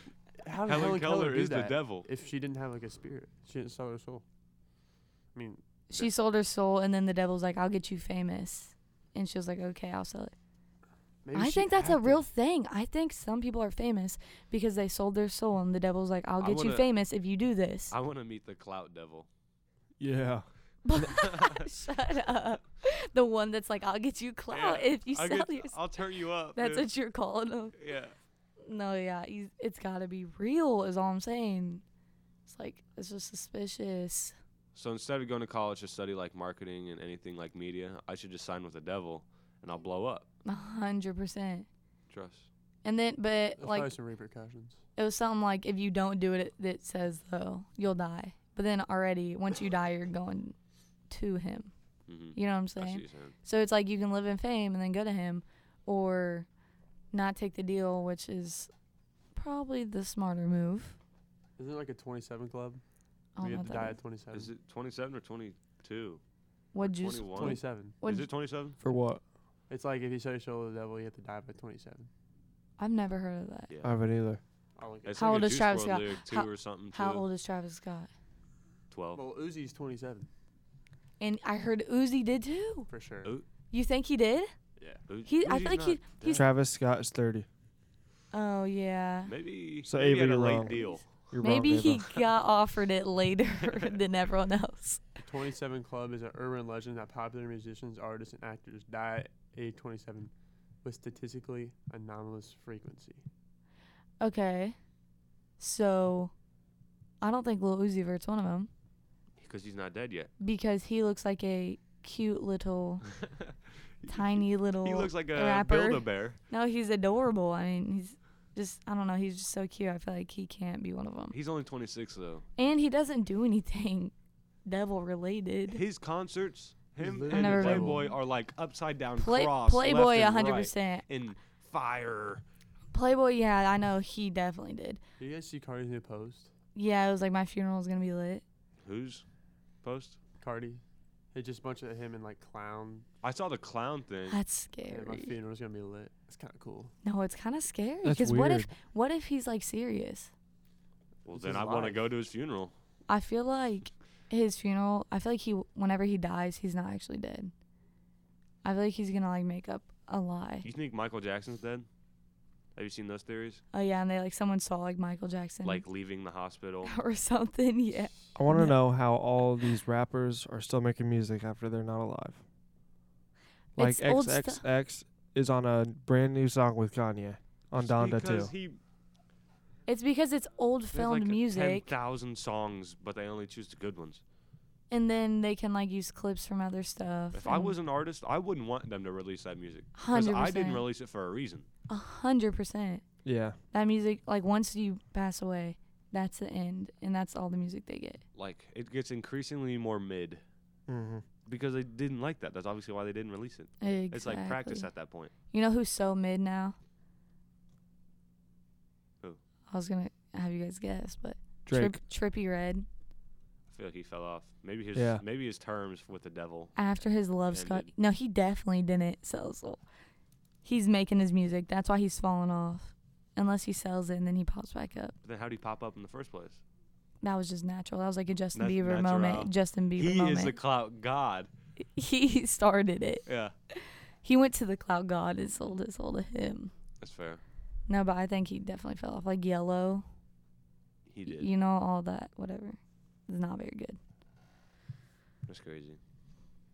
S5: how did
S2: Helen, Keller,
S5: do
S2: is
S5: that
S2: the devil.
S5: If she didn't have like a spirit, she didn't sell her soul. I mean,
S4: She sold her soul, and then the devil's like, "I'll get you famous," and she was like, "Okay, I'll sell it."
S5: maybe
S4: I
S5: she
S4: think that's a
S5: acted.
S4: real thing. I think some people are famous because they sold their soul, and the devil's like, "I'll
S2: I
S4: get you
S2: wanna-
S4: famous if you do this."
S2: I want to meet the clout devil.
S3: Yeah.
S4: Shut up. The one that's like, I'll get you clout
S2: Yeah,
S4: if you
S2: I'll,
S4: sell
S2: get-
S4: yourself.
S2: I'll turn you up.
S4: That's
S2: dude.
S4: what you're calling them.
S2: yeah.
S4: No, yeah, he's, it's got to be real, is all I'm saying. It's like it's just suspicious.
S2: So instead of going to college to study like marketing and anything like media, I should just sign with the devil and I'll blow up.
S4: A hundred percent.
S2: Trust.
S4: And then, but
S5: There's
S4: like
S5: probably some repercussions.
S4: it was something like if you don't do it, it that says though you'll die. But then already once you die, you're going to him.
S2: Mm-hmm.
S4: You know what I'm
S2: I see what
S4: saying?
S2: you're saying.
S4: So it's like you can live in fame and then go to him, or not take the deal, which is probably the smarter move.
S5: Isn't it like a 27 club?
S4: I don't
S5: we
S4: know
S5: had
S4: what
S5: to
S4: that
S5: die
S4: is.
S5: at 27.
S2: Is it 27 or 22?
S4: What'd you? s-
S2: 21?
S5: 27.
S4: What'd
S2: Is it 27?
S3: For what?
S5: It's like if you sell your soul to the devil, you have to die by 27.
S4: I've never heard of that.
S2: Yeah.
S3: I haven't either.
S5: I'll look it
S2: It's
S5: up.
S4: How
S2: like
S4: old
S2: a
S4: is
S2: Juice
S4: Travis
S2: WRLD
S4: Scott?
S2: lyric too
S4: How-
S2: or something
S4: How
S2: too.
S4: old is Travis Scott?
S2: 12.
S5: Well, Uzi's 27
S4: And I heard Uzi did too.
S5: for sure.
S2: Ooz-
S4: You think he did?
S2: yeah.
S4: He, I feel like he. He's-
S3: Travis Scott is 30.
S4: Oh yeah.
S2: Maybe,
S3: So
S2: maybe he had
S3: Avery
S2: a
S3: Long.
S2: late deal.
S3: You're wrong,
S4: Maybe he
S3: Davo.
S4: got offered it later than everyone else.
S5: The 27 Club is an urban legend that popular musicians, artists, and actors die at age 27 with statistically anomalous frequency.
S4: Okay. So, I don't think Lil Uzi Vert's one of them
S2: Because he's not dead yet.
S4: because he looks like a cute little, tiny little.
S2: He looks like a
S4: rapper.
S2: Build-A-Bear.
S4: No, he's adorable. I mean, he's just. I don't know. He's just so cute. I feel like he can't be one of them.
S2: He's only 26 though.
S4: And he doesn't do anything devil related.
S2: His concerts, him
S5: literally
S2: and
S4: never been-
S2: Playboy are like upside down
S4: Play,
S2: cross.
S4: Playboy,
S2: left
S4: a
S2: and
S4: hundred
S2: right,
S4: percent.
S2: In fire.
S4: Playboy, yeah, I know he definitely did.
S5: Did you guys see Cardi's new post?
S4: Yeah, it was like my funeral is gonna be lit.
S2: Who's post?
S5: Cardi? It's just a bunch of him and like clown.
S2: I saw the clown thing.
S4: That's
S5: Yeah, my
S4: scary.
S5: funeral's gonna be lit. It's kind of cool.
S4: No, it's kind of scary.
S3: That's
S4: Because what if
S3: weird.
S4: what if he's like serious?
S2: Well,
S5: It's
S2: then
S5: his
S2: I want to
S5: life.
S2: go to his funeral.
S4: I feel like his funeral. I feel like he whenever he dies, he's not actually dead. I feel like he's gonna like make up a lie.
S2: You think Michael Jackson's dead? Have you seen those theories?
S4: Oh yeah, and they like someone saw like Michael Jackson
S2: Like leaving the hospital.
S4: or something. Yeah,
S3: I want to
S4: No.
S3: know how all these rappers are still making music after they're not alive. Like
S4: It's old stu-
S3: XXX is on a brand new song with Kanye on
S2: Just
S3: Donda
S2: because
S3: 2.
S2: He,
S4: it's because it's old filmed music,
S2: Ten thousand songs, but they only choose the good ones.
S4: and then they can like use clips from other stuff.
S2: If I
S4: and-
S2: was an artist, I wouldn't want them to release that music because
S4: hundred
S2: I didn't
S4: percent,
S2: release it for a reason.
S4: a hundred percent.
S3: Yeah.
S4: That music, like once you pass away, that's the end, and that's all the music they get.
S2: Like it gets increasingly more mid
S3: Mm-hmm.
S2: because they didn't like that. That's obviously why they didn't release it.
S4: Exactly.
S2: It's like practice at that point.
S4: You know who's so mid now?
S2: Who?
S4: I was gonna have you guys guess, but
S3: Drake.
S4: Trip, Trippy Red
S2: I feel like he fell off. Maybe his
S3: Yeah.
S2: maybe his terms with the devil.
S4: after his love scut.
S2: Ended.
S4: No, he definitely didn't sell his soul. He's making his music. That's why he's falling off. Unless he sells it and then he pops back up.
S2: But then how did he pop up in the first place?
S4: That was just natural. That was like a Justin
S2: Nat-
S4: Bieber
S2: natural.
S4: moment. Justin Bieber
S2: he
S4: moment.
S2: is the clout god.
S4: he started it.
S2: Yeah,
S4: He went to the cloud god and sold his soul to him.
S2: that's fair.
S4: No, but I think he definitely fell off. Like yellow,
S2: He
S4: y-
S2: did.
S4: you know, all that, whatever. It's not very good.
S2: That's crazy.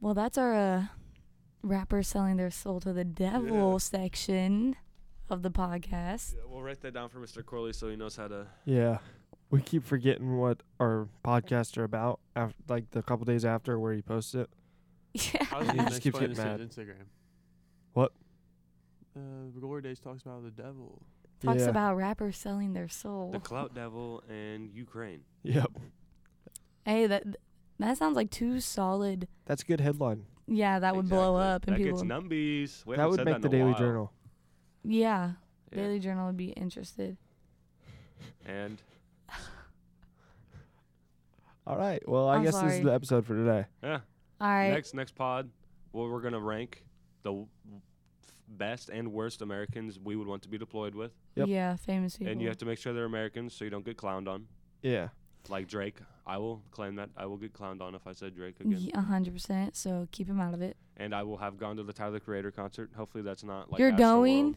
S4: Well, that's our uh, rappers selling their soul to the devil
S2: Yeah.
S4: section of the podcast.
S2: Yeah, we'll write that down for Mr. Corley so he knows how to.
S3: Yeah. We keep forgetting what our podcasts are about, after, like the couple days after where he posts it.
S4: Yeah.
S5: I was
S3: He
S5: gonna
S3: just keeps
S5: explain
S3: getting
S5: this
S3: mad.
S5: on Instagram.
S3: What?
S5: Uh, Glory Days talks about the devil.
S4: Talks
S3: yeah.
S4: about rappers selling their soul.
S2: The clout devil and Ukraine.
S3: Yep.
S4: hey, that that sounds like too solid.
S3: That's a good headline.
S4: Yeah, that would blow
S2: Exactly.
S4: up and
S2: that
S4: people.
S2: gets
S4: would-
S2: numbies. We
S3: that
S2: haven't
S3: would
S2: said
S3: make
S2: in
S3: the
S2: a
S3: Daily
S2: while.
S3: Journal.
S4: yeah,
S2: Yeah.
S4: Daily Journal would be interested.
S2: And
S3: All right. Well, I
S4: I'm
S3: guess this
S4: sorry.
S3: is the episode for today.
S2: yeah,
S4: All right.
S2: next next pod, where we're gonna rank the w- f- best and worst Americans we would want to be deployed with,
S3: Yep.
S4: Yeah, famous people.
S2: and you have to make sure they're Americans so you don't get clowned on.
S3: Yeah.
S2: Like Drake, I will claim that I will get clowned on if I said Drake again,
S4: Yeah, 100%. So keep him out of it.
S2: and I will have gone to the Tyler the Creator concert. Hopefully, that's not like
S4: You're
S2: Astroworld.
S4: going?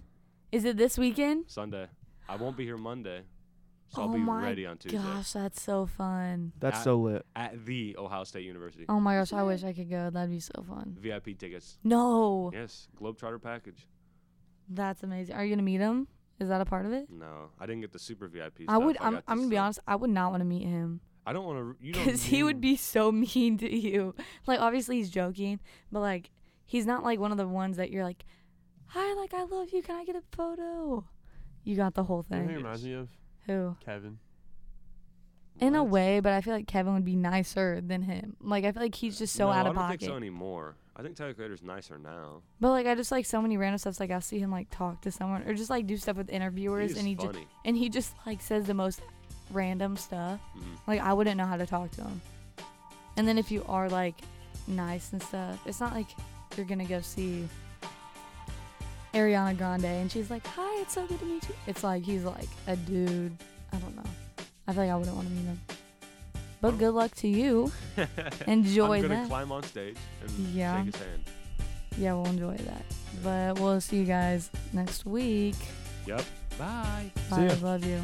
S4: Is it this weekend?
S2: Sunday. I won't be here Monday, So
S4: Oh
S2: I'll be
S4: my
S2: ready on Tuesday
S4: Gosh, that's so fun.
S3: That's
S2: At-
S3: so lit.
S2: at the Ohio State University.
S4: Oh my gosh, I wish I could go. That'd be so fun.
S2: VIP tickets.
S4: No,
S2: Yes, Globetrotter package.
S4: that's amazing. Are you gonna meet him? Is that a part of it?
S2: No, I didn't get the super VIP.
S4: I would.
S2: stuff.
S4: I'm.
S2: got the
S4: I'm gonna be
S2: stuff-
S4: honest. I would not want to meet him
S2: I don't want to. You don't
S4: because he would
S2: need-
S4: be so mean to you. Like obviously he's joking, but like he's not like one of the ones that you're like, "Hi, like I love you. Can I get a photo?" You got the whole
S5: You know who
S4: thing.
S5: he reminds me of?
S4: Who?
S5: Kevin.
S4: In a
S2: What?
S4: way, but I feel like Kevin would be nicer than him. Like I feel like he's just so
S2: Uh, no,
S4: out
S2: I
S4: of
S2: don't
S4: pocket.
S2: think so anymore. I think Tyler Creator's nicer now.
S4: But like I just like so many random stuffs. Like I'll see him like talk to someone or just like do stuff with interviewers,
S2: He's
S4: and he just
S2: funny.
S4: and he just like says the most random stuff.
S2: Mhm.
S4: Like I wouldn't know how to talk to him. And then if you are like nice and stuff, it's not like you're gonna go see Ariana Grande and she's like, "Hi, it's so good to meet you." It's like he's like a dude. I don't know. I feel like I wouldn't want to meet him. But good luck to you.
S2: Mm.
S4: Enjoy
S2: I'm gonna
S4: that.
S2: climb on stage and
S4: Yeah.
S2: shake his hand.
S4: yeah, we'll enjoy that. But we'll see you guys next week.
S2: Yep. Bye.
S3: See
S4: Bye.
S3: ya.
S4: Love you.